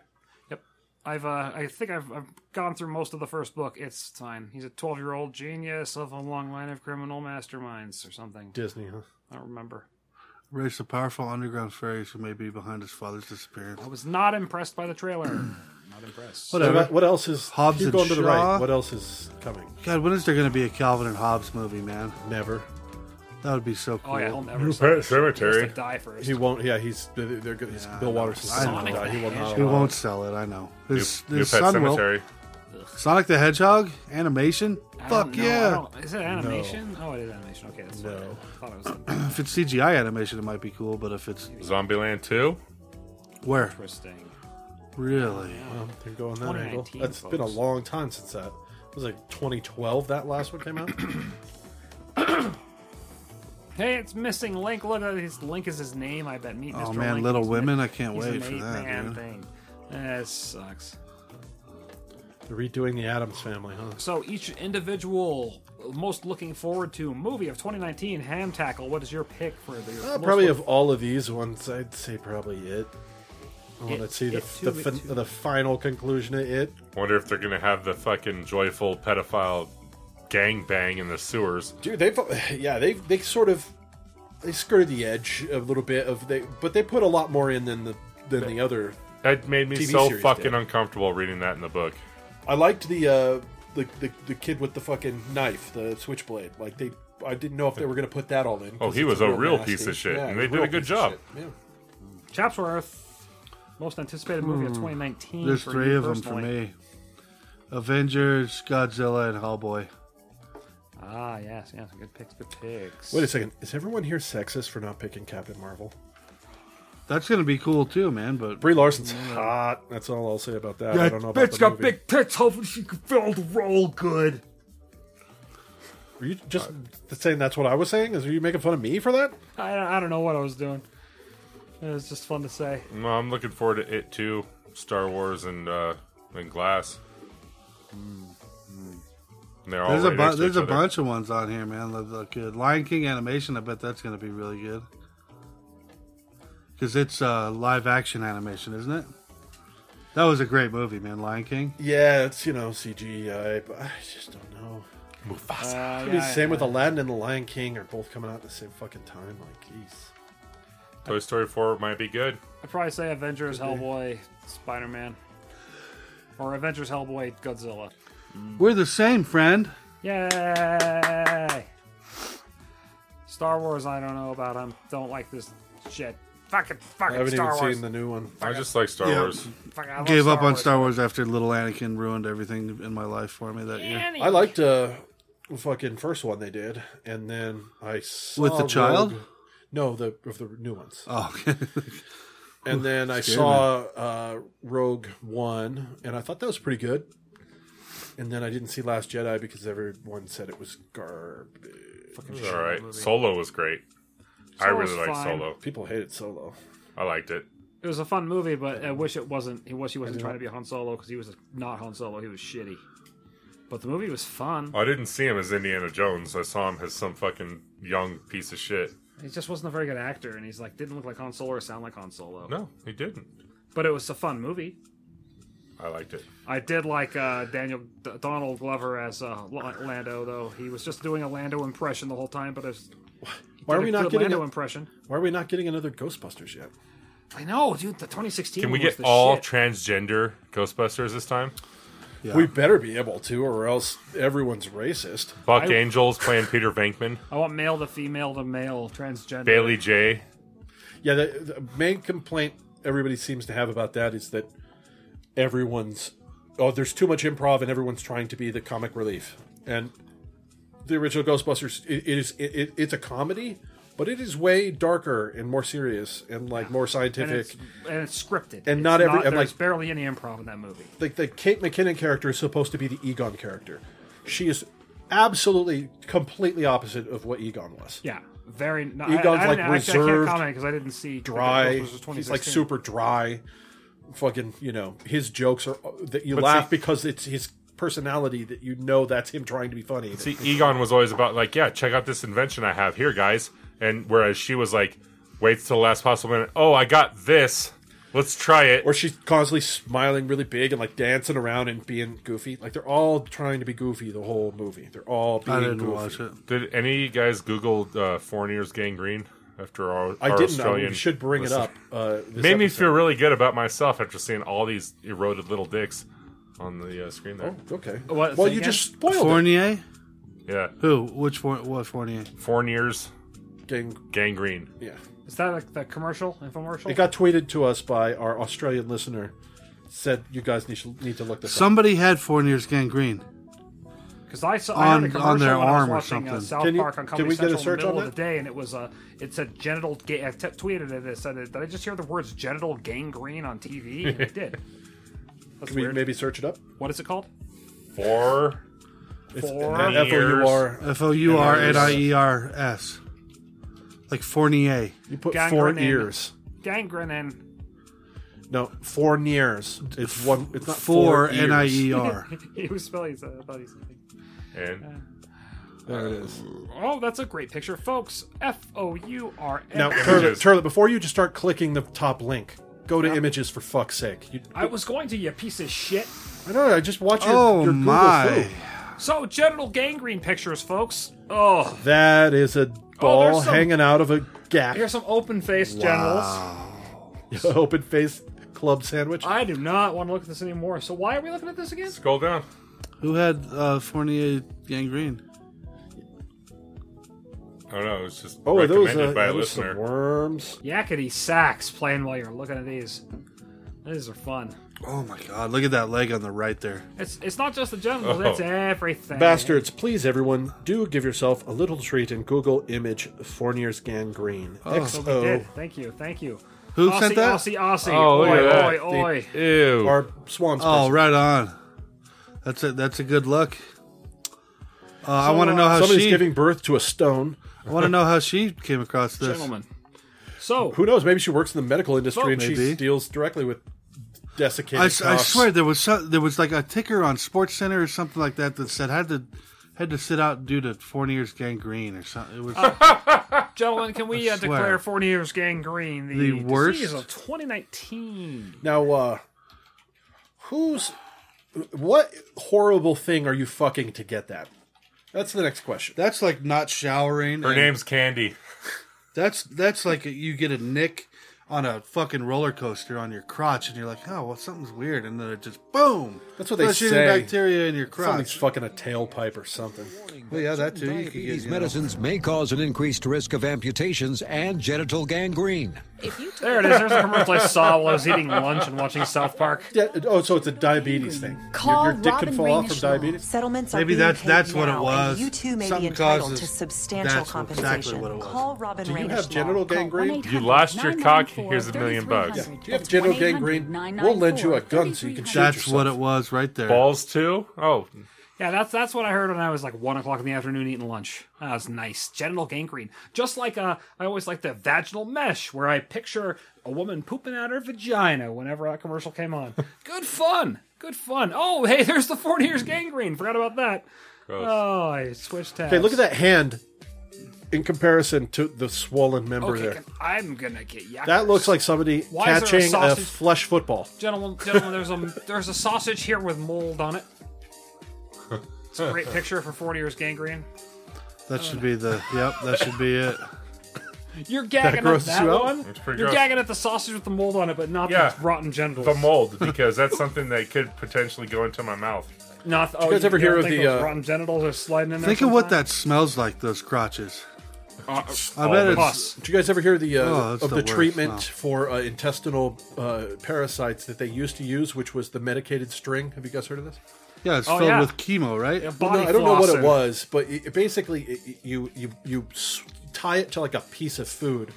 [SPEAKER 2] Yep. I've, uh, I think I've, I've gone through most of the first book. It's fine. He's a twelve-year-old genius of a long line of criminal masterminds or something.
[SPEAKER 4] Disney, huh?
[SPEAKER 2] I don't remember.
[SPEAKER 5] Race of powerful underground fairies who may be behind his father's disappearance.
[SPEAKER 2] I was not impressed by the
[SPEAKER 5] [CLEARS THROAT]
[SPEAKER 2] trailer. not impressed.
[SPEAKER 4] What, about- what else is
[SPEAKER 5] Hobbs
[SPEAKER 4] keep
[SPEAKER 5] and
[SPEAKER 4] going to the
[SPEAKER 5] Shaw.
[SPEAKER 4] right? What else is coming?
[SPEAKER 5] God, when is there going to be a Calvin and Hobbes movie, man?
[SPEAKER 4] Never.
[SPEAKER 5] That would be so cool.
[SPEAKER 2] Oh yeah, he'll never. see
[SPEAKER 3] Pet
[SPEAKER 2] it. He has
[SPEAKER 3] Cemetery.
[SPEAKER 2] to die first.
[SPEAKER 4] He won't. Yeah, he's they're, they're good. he's Bill Waters.
[SPEAKER 5] I know.
[SPEAKER 4] He will not.
[SPEAKER 5] He
[SPEAKER 4] allow it.
[SPEAKER 5] won't sell it. I know. His,
[SPEAKER 3] New Pet
[SPEAKER 5] his son will.
[SPEAKER 3] Cemetery.
[SPEAKER 5] Sonic the Hedgehog animation?
[SPEAKER 2] I don't
[SPEAKER 5] Fuck
[SPEAKER 2] know. I
[SPEAKER 5] yeah!
[SPEAKER 2] don't- Is it animation? Oh, it is animation. Okay, that's no. I thought it was
[SPEAKER 5] [CLEARS THROAT] if it's CGI animation, it might be cool, but if it's
[SPEAKER 3] Zombieland 2?
[SPEAKER 5] where
[SPEAKER 2] interesting.
[SPEAKER 5] really,
[SPEAKER 4] Well, they're going that
[SPEAKER 2] 2019,
[SPEAKER 4] angle. That's been a
[SPEAKER 2] folks.
[SPEAKER 4] long time since that. It was like 2012 that last one came [CLEARS THROAT] out.
[SPEAKER 2] Hey, it's missing Link. Look, uh, his Link is his name. I bet. Meet
[SPEAKER 5] Oh,
[SPEAKER 2] Mr.
[SPEAKER 5] man,
[SPEAKER 2] Link.
[SPEAKER 5] Little
[SPEAKER 2] He's
[SPEAKER 5] Women,
[SPEAKER 2] an-
[SPEAKER 5] I can't
[SPEAKER 2] he's
[SPEAKER 5] wait
[SPEAKER 2] an
[SPEAKER 5] for
[SPEAKER 2] eight
[SPEAKER 5] that,
[SPEAKER 2] Man
[SPEAKER 5] dude.
[SPEAKER 2] thing. Eh, it sucks.
[SPEAKER 4] They're redoing the Adams Family, huh?
[SPEAKER 2] So each individual most looking forward to movie of 2019, Ham Tackle. What is your pick for the?
[SPEAKER 4] Uh,
[SPEAKER 2] most
[SPEAKER 4] probably
[SPEAKER 2] look-
[SPEAKER 4] of all of these ones, I'd say probably it. I want to
[SPEAKER 2] It-
[SPEAKER 4] see the
[SPEAKER 2] It
[SPEAKER 4] f-
[SPEAKER 2] too,
[SPEAKER 4] the,
[SPEAKER 2] it
[SPEAKER 4] fin- the final conclusion of it.
[SPEAKER 3] Wonder if they're gonna have the fucking joyful pedophile gangbang in the sewers.
[SPEAKER 4] Dude, they've yeah they they sort of they skirted the edge a little bit of they, but they put a lot more in than the than the other.
[SPEAKER 3] That made me
[SPEAKER 4] TV
[SPEAKER 3] so
[SPEAKER 4] series
[SPEAKER 3] fucking
[SPEAKER 4] did.
[SPEAKER 3] uncomfortable reading that in the book.
[SPEAKER 4] I liked the uh the, the the kid with the fucking knife, the switchblade. Like they, I didn't know if they were gonna put that all in.
[SPEAKER 3] Oh,
[SPEAKER 4] 'cause
[SPEAKER 3] he
[SPEAKER 4] it's
[SPEAKER 3] was a real
[SPEAKER 4] nasty-
[SPEAKER 3] piece of shit,
[SPEAKER 4] yeah,
[SPEAKER 3] and they
[SPEAKER 4] he's
[SPEAKER 3] did a
[SPEAKER 4] real
[SPEAKER 3] good
[SPEAKER 4] piece of
[SPEAKER 3] job.
[SPEAKER 4] shit, yeah.
[SPEAKER 2] Chapsworth, most anticipated movie
[SPEAKER 4] Hmm.
[SPEAKER 2] of 2019.
[SPEAKER 5] there's
[SPEAKER 2] for
[SPEAKER 5] three
[SPEAKER 2] you
[SPEAKER 5] of them for
[SPEAKER 2] personally.
[SPEAKER 5] me: Avengers, Godzilla, and Hellboy.
[SPEAKER 2] Ah, yes, yes, good picks, good picks.
[SPEAKER 4] Wait a second, is everyone here sexist for not picking Captain Marvel?
[SPEAKER 5] That's gonna be cool too, man. But
[SPEAKER 4] Brie Larson's hot. That's all I'll say about that. I don't know about the movie.
[SPEAKER 5] tits. Hopefully, she can fill the role good.
[SPEAKER 4] Are you just
[SPEAKER 3] Uh,
[SPEAKER 4] saying that's what I was saying? Is are you making fun of me for that?
[SPEAKER 2] I, I don't know what I was doing. It was just fun to say.
[SPEAKER 3] No, I'm looking forward to it too, Star Wars and uh and Glass. And they're all
[SPEAKER 5] There's a
[SPEAKER 3] right
[SPEAKER 5] bu-
[SPEAKER 3] next to
[SPEAKER 5] there's
[SPEAKER 3] each
[SPEAKER 5] a
[SPEAKER 3] other.
[SPEAKER 5] bunch of ones on here, man. That look good. Lion King animation. I bet that's gonna be really good. Because it's uh, live action animation, isn't it? That was a great movie, man. Lion King.
[SPEAKER 4] Yeah, it's you know CGI, but I just don't know.
[SPEAKER 2] Uh,
[SPEAKER 4] I
[SPEAKER 2] yeah,
[SPEAKER 4] mean, same with
[SPEAKER 2] yeah.
[SPEAKER 4] Aladdin and The Lion King are both coming out at the same fucking time. Like, jeez.
[SPEAKER 3] Toy Story 4 might be good.
[SPEAKER 2] I'd probably say Avengers, Hellboy, Spider Man, or Avengers, Hellboy, Godzilla.
[SPEAKER 5] We're the same, friend.
[SPEAKER 2] Yay! Star Wars, I don't know about. I don't like this shit. Fucking,
[SPEAKER 4] I
[SPEAKER 2] fucking
[SPEAKER 4] haven't
[SPEAKER 2] Star
[SPEAKER 4] even
[SPEAKER 2] Wars.
[SPEAKER 4] seen the new one.
[SPEAKER 3] I just like Star Wars.
[SPEAKER 2] Fucking, I love
[SPEAKER 5] Gave up
[SPEAKER 2] Star
[SPEAKER 5] on
[SPEAKER 2] Wars.
[SPEAKER 5] Star Wars after Little Anakin ruined everything in my life for me that year.
[SPEAKER 4] I liked uh, the fucking first one they did, and then I saw
[SPEAKER 5] With the child?
[SPEAKER 4] Rogue- No, the of the new ones.
[SPEAKER 5] Oh, [LAUGHS]
[SPEAKER 4] and then I
[SPEAKER 5] Scared
[SPEAKER 4] saw uh, Rogue One, and I thought that was pretty good. And then I didn't see Last Jedi because everyone said it was garbage.
[SPEAKER 3] It was all right. Solo was great. I
[SPEAKER 2] Solo
[SPEAKER 3] really
[SPEAKER 2] was
[SPEAKER 3] like
[SPEAKER 2] fine.
[SPEAKER 3] Solo.
[SPEAKER 4] People hated Solo.
[SPEAKER 3] I liked it.
[SPEAKER 2] It was a fun movie, but I wish it wasn't. I wish he wasn't trying to be Han Solo because he was not Han Solo. He was shitty. But the movie was fun.
[SPEAKER 3] Oh, I didn't see him as Indiana Jones. I saw him as some fucking young piece of shit.
[SPEAKER 2] He just wasn't a very good actor, and he's like didn't look like Han Solo or sound like Han Solo.
[SPEAKER 3] No, he didn't.
[SPEAKER 2] But it was a fun movie.
[SPEAKER 3] I liked it.
[SPEAKER 2] I did like uh, Daniel D- Donald Glover as uh, L- Lando, though he was just doing a Lando impression the whole time. But it was,
[SPEAKER 4] Why are
[SPEAKER 2] did
[SPEAKER 4] we
[SPEAKER 2] a
[SPEAKER 4] not
[SPEAKER 2] good
[SPEAKER 4] getting?
[SPEAKER 2] Lando
[SPEAKER 4] a-
[SPEAKER 2] impression?
[SPEAKER 4] why are we not getting another Ghostbusters yet?
[SPEAKER 2] I know, dude. The 2016.
[SPEAKER 3] Can we
[SPEAKER 2] one was
[SPEAKER 3] get
[SPEAKER 2] the
[SPEAKER 3] all
[SPEAKER 2] shit.
[SPEAKER 3] transgender Ghostbusters this time?
[SPEAKER 5] yeah.
[SPEAKER 4] We better be able to, or else everyone's racist.
[SPEAKER 3] Buck
[SPEAKER 2] I-
[SPEAKER 3] Angels playing
[SPEAKER 2] [LAUGHS]
[SPEAKER 3] Peter Venkman.
[SPEAKER 2] I want male to female to male transgender.
[SPEAKER 3] Bailey J.
[SPEAKER 4] Yeah, the, the main complaint everybody seems to have about that is that everyone's oh, there's too much improv, and everyone's trying to be the comic relief. And the original Ghostbusters, it, it is it, it, it's a comedy, but it is way darker and more serious and like more
[SPEAKER 2] and
[SPEAKER 4] scientific.
[SPEAKER 2] it's, and it's scripted.
[SPEAKER 4] And
[SPEAKER 2] It's
[SPEAKER 4] not every- I'm
[SPEAKER 2] there's
[SPEAKER 4] like-
[SPEAKER 2] barely any improv in that movie.
[SPEAKER 4] like the Kate McKinnon character is supposed to be the Egon character. She is absolutely completely opposite of what Egon was.
[SPEAKER 2] Yeah, very. No,
[SPEAKER 4] Egon's,
[SPEAKER 2] I, I,
[SPEAKER 4] like,
[SPEAKER 2] didn't- I, actually- I can't
[SPEAKER 4] reserved,
[SPEAKER 2] comment because I didn't see
[SPEAKER 4] dry.
[SPEAKER 2] Ghostbusters 2016.
[SPEAKER 4] He's like super dry. Fucking, you know, his jokes are that you
[SPEAKER 3] But
[SPEAKER 4] laugh
[SPEAKER 3] see-
[SPEAKER 4] because it's his personality that you know that's him trying to be funny.
[SPEAKER 3] See, Egon was always about like, yeah, check out this invention I have here, guys. And whereas she was like, waits till the last possible minute. Oh, I got this. Let's try it.
[SPEAKER 4] or she's constantly smiling really big and like dancing around and being goofy. Like they're all trying to be goofy the whole movie. They're all being
[SPEAKER 5] I didn't
[SPEAKER 4] goofy.
[SPEAKER 5] watch it.
[SPEAKER 3] Did any of you guys Google uh, Fournier's gangrene after our,
[SPEAKER 4] I
[SPEAKER 3] our
[SPEAKER 4] didn't.
[SPEAKER 3] Australian?
[SPEAKER 4] I we should bring it
[SPEAKER 3] listen-
[SPEAKER 4] up. Uh, this
[SPEAKER 3] Made me
[SPEAKER 4] episode.
[SPEAKER 3] feel really good about myself after seeing all these eroded little dicks on the uh, screen there.
[SPEAKER 4] okay.
[SPEAKER 2] What,
[SPEAKER 4] well,
[SPEAKER 2] say
[SPEAKER 4] you
[SPEAKER 2] again?
[SPEAKER 4] just spoiled it.
[SPEAKER 5] Fournier?
[SPEAKER 3] Yeah,
[SPEAKER 5] Who? Which for- what Fournier?
[SPEAKER 3] Fournier's
[SPEAKER 4] Gang-
[SPEAKER 3] gangrene.
[SPEAKER 4] Yeah,
[SPEAKER 2] Is that like the commercial infomercial?
[SPEAKER 4] it got tweeted to us by our Australian listener said you guys need, to- need to look this up.
[SPEAKER 5] Somebody had Fournier's gangrene.
[SPEAKER 2] Because I saw
[SPEAKER 5] On-
[SPEAKER 2] I heard a
[SPEAKER 5] on
[SPEAKER 2] commercial
[SPEAKER 5] their
[SPEAKER 2] when I was
[SPEAKER 5] arm or
[SPEAKER 2] watching, uh,
[SPEAKER 5] something.
[SPEAKER 2] South
[SPEAKER 5] Can you-
[SPEAKER 2] Park on
[SPEAKER 5] can
[SPEAKER 2] Comedy
[SPEAKER 5] we get a
[SPEAKER 2] Central
[SPEAKER 5] search
[SPEAKER 2] in the middle
[SPEAKER 5] on
[SPEAKER 2] of the day, and it was uh, it said genital. Ga- I t- tweeted it. It said, "Did I just hear the words genital gangrene on TV?" And
[SPEAKER 4] [LAUGHS]
[SPEAKER 2] it did. That's
[SPEAKER 4] Can we
[SPEAKER 2] weird.
[SPEAKER 4] maybe search it up?
[SPEAKER 2] What is it called?
[SPEAKER 3] Four.
[SPEAKER 2] Four.
[SPEAKER 4] F O U R
[SPEAKER 5] F O U R N I E R S. Like Fournier.
[SPEAKER 4] You put four ears.
[SPEAKER 2] Gangrenen.
[SPEAKER 4] No, four nears. It's one. It's not
[SPEAKER 5] Four
[SPEAKER 4] four.
[SPEAKER 5] N I E
[SPEAKER 4] ears.
[SPEAKER 5] R.
[SPEAKER 2] he was spelling. uh, it, so I thought he said.
[SPEAKER 3] And
[SPEAKER 4] [LAUGHS] There it is.
[SPEAKER 2] Oh, that's a great picture, folks. F O U R N.
[SPEAKER 4] [LAUGHS] Now, Turlet, Turlet, before you just start clicking the top link, go to images for fuck's sake. You,
[SPEAKER 2] I was going to you piece of shit.
[SPEAKER 4] I don't know. I just watch your,
[SPEAKER 5] Oh,
[SPEAKER 4] your Google
[SPEAKER 5] my.
[SPEAKER 4] through.
[SPEAKER 2] So genital gangrene pictures, folks. Oh,
[SPEAKER 4] That is a ball
[SPEAKER 2] some-
[SPEAKER 4] hanging out of a gap.
[SPEAKER 2] here's some open faced genitals.
[SPEAKER 4] [LAUGHS] Open face club sandwich.
[SPEAKER 2] I do not want to look at this anymore. So why are we looking at this again?
[SPEAKER 3] scroll down.
[SPEAKER 5] Who had uh, Fournier gangrene?
[SPEAKER 3] Oh no, it's just
[SPEAKER 4] Oh, are those,
[SPEAKER 3] recommended
[SPEAKER 4] uh,
[SPEAKER 3] by a
[SPEAKER 4] those some
[SPEAKER 3] listener.
[SPEAKER 4] worms?
[SPEAKER 2] Yakety sacks playing while you're looking at these. These are fun.
[SPEAKER 5] Oh my god, look at that leg on the right there.
[SPEAKER 2] It's it's not just the genitals,
[SPEAKER 3] Oh.
[SPEAKER 2] it's everything.
[SPEAKER 4] Bastards, please, everyone, do give yourself a little treat and Google image Fournier's gangrene.
[SPEAKER 2] So we did.
[SPEAKER 4] XO.
[SPEAKER 2] Thank you, thank you.
[SPEAKER 5] Who
[SPEAKER 2] Aussie,
[SPEAKER 5] sent that?
[SPEAKER 2] Aussie, Aussie.
[SPEAKER 3] Oh, look
[SPEAKER 2] oi,
[SPEAKER 3] at that.
[SPEAKER 2] oi, oi.
[SPEAKER 3] Ew.
[SPEAKER 4] Our swans.
[SPEAKER 5] Oh,
[SPEAKER 4] person.
[SPEAKER 5] right on. That's a that's a good look. Uh, I want to
[SPEAKER 2] uh,
[SPEAKER 5] know how
[SPEAKER 4] Somebody's
[SPEAKER 5] she.
[SPEAKER 4] giving birth to a stone.
[SPEAKER 5] I want to know how she came across this.
[SPEAKER 2] Gentlemen. So
[SPEAKER 4] Who knows? Maybe she works in the medical industry and
[SPEAKER 5] Maybe.
[SPEAKER 4] she deals directly with desiccated.
[SPEAKER 5] I, s- I
[SPEAKER 4] cocks.
[SPEAKER 5] swear there was so, there was like a ticker on Sports Center or something like that that said had to had to sit out due to Fournier's gangrene or something. It was
[SPEAKER 2] gentlemen, can we uh,
[SPEAKER 5] swear.
[SPEAKER 2] declare Fournier's gangrene the,
[SPEAKER 5] The worst?
[SPEAKER 2] disease of 2019?
[SPEAKER 4] Now, uh, who's what horrible thing are you fucking to get that? That's the next question.
[SPEAKER 5] that's like not showering.
[SPEAKER 3] Her
[SPEAKER 5] and
[SPEAKER 3] name's Candy.
[SPEAKER 5] That's that's like you get a nick on a fucking roller coaster on your crotch and you're like, oh well, something's weird, and then it just boom.
[SPEAKER 4] That's what they
[SPEAKER 5] Flesh-eating
[SPEAKER 4] say.
[SPEAKER 5] Bacteria in your
[SPEAKER 4] Somebody's
[SPEAKER 5] crotch.
[SPEAKER 4] fucking a tailpipe or something.
[SPEAKER 5] Well, yeah, that too. You could get,
[SPEAKER 12] Diabetes
[SPEAKER 5] you know.
[SPEAKER 12] medicines may cause an increased risk of amputations and genital gangrene.
[SPEAKER 8] If you took
[SPEAKER 2] There it is. There's a commercial I saw while I was eating lunch and watching South Park.
[SPEAKER 4] Yeah, oh, so it's a diabetes thing. Your-
[SPEAKER 13] Call
[SPEAKER 4] your, dick
[SPEAKER 13] Robin
[SPEAKER 4] can fall off
[SPEAKER 13] Rainish
[SPEAKER 4] from
[SPEAKER 13] Law.
[SPEAKER 4] diabetes.
[SPEAKER 13] Settlements are
[SPEAKER 5] Maybe
[SPEAKER 13] being
[SPEAKER 5] that's-
[SPEAKER 13] paid
[SPEAKER 5] that's what it
[SPEAKER 13] now,
[SPEAKER 5] was.
[SPEAKER 13] and You too may
[SPEAKER 5] Something
[SPEAKER 13] be entitled
[SPEAKER 5] causes-
[SPEAKER 13] to substantial
[SPEAKER 5] that's exactly
[SPEAKER 13] compensation.
[SPEAKER 5] what it was.
[SPEAKER 13] Call Robin
[SPEAKER 4] Do you
[SPEAKER 13] Rainish
[SPEAKER 4] have genital
[SPEAKER 13] Law. Call
[SPEAKER 4] gangrene?
[SPEAKER 3] You lost your cock. Here's a million bucks.
[SPEAKER 4] Yeah. Do you have genital gangrene? We'll lend you a gun so you can shoot
[SPEAKER 5] That's
[SPEAKER 4] yourself.
[SPEAKER 5] what it was right there.
[SPEAKER 3] Balls too. Oh,
[SPEAKER 2] Yeah, that's that's what I heard when I was like one o'clock in the afternoon eating lunch. That was nice. Genital gangrene, just like uh, I always like the vaginal mesh, where I picture a woman pooping out her vagina whenever that commercial came on. Good fun. Good fun. Oh, hey, there's the Fort Years gangrene. Forgot about that. Oh, I switched tabs.
[SPEAKER 4] Okay, look at that hand in comparison to the swollen member
[SPEAKER 2] Okay,
[SPEAKER 4] there.
[SPEAKER 2] can- I'm gonna get yackers.
[SPEAKER 4] That looks like somebody
[SPEAKER 2] Why is there a
[SPEAKER 4] catching a,
[SPEAKER 2] sausage-
[SPEAKER 4] flesh football.
[SPEAKER 2] gentlemen, gentlemen. There's a there's a sausage here with mold on it. It's a great picture for Fort Years gangrene.
[SPEAKER 5] That should be the yep. That should be it.
[SPEAKER 2] You're gagging at
[SPEAKER 4] grosses
[SPEAKER 2] that
[SPEAKER 4] you out?
[SPEAKER 2] one.
[SPEAKER 3] It's
[SPEAKER 2] You're
[SPEAKER 3] pretty gross.
[SPEAKER 2] gagging at the sausage with the mold on it, but not
[SPEAKER 3] Yeah.
[SPEAKER 2] the rotten genitals.
[SPEAKER 3] the mold because that's something that could potentially go into my mouth.
[SPEAKER 2] Not. Oh,
[SPEAKER 4] you guys ever
[SPEAKER 2] don't
[SPEAKER 4] hear of
[SPEAKER 2] think
[SPEAKER 4] the,
[SPEAKER 2] those
[SPEAKER 4] uh,
[SPEAKER 2] rotten genitals are sliding in there?
[SPEAKER 5] Think of what
[SPEAKER 2] sometime?
[SPEAKER 5] that smells like. Those crotches. I
[SPEAKER 3] all
[SPEAKER 5] bet
[SPEAKER 3] the
[SPEAKER 5] it's
[SPEAKER 2] pus.
[SPEAKER 4] Did you guys ever hear the uh,
[SPEAKER 5] Oh, that's
[SPEAKER 4] of
[SPEAKER 5] the
[SPEAKER 4] the,
[SPEAKER 5] worst.
[SPEAKER 4] treatment
[SPEAKER 5] No.
[SPEAKER 4] for uh, intestinal uh, parasites that they used to use, which was the medicated string? Have you guys heard of this?
[SPEAKER 5] yeah. It's
[SPEAKER 2] Oh,
[SPEAKER 5] filled
[SPEAKER 2] yeah.
[SPEAKER 5] with chemo, right?
[SPEAKER 2] Yeah,
[SPEAKER 4] No,
[SPEAKER 2] body
[SPEAKER 4] I don't know what it
[SPEAKER 2] flossing.
[SPEAKER 4] was, but it, it basically it, it- you you you s- tie it to like a piece of food,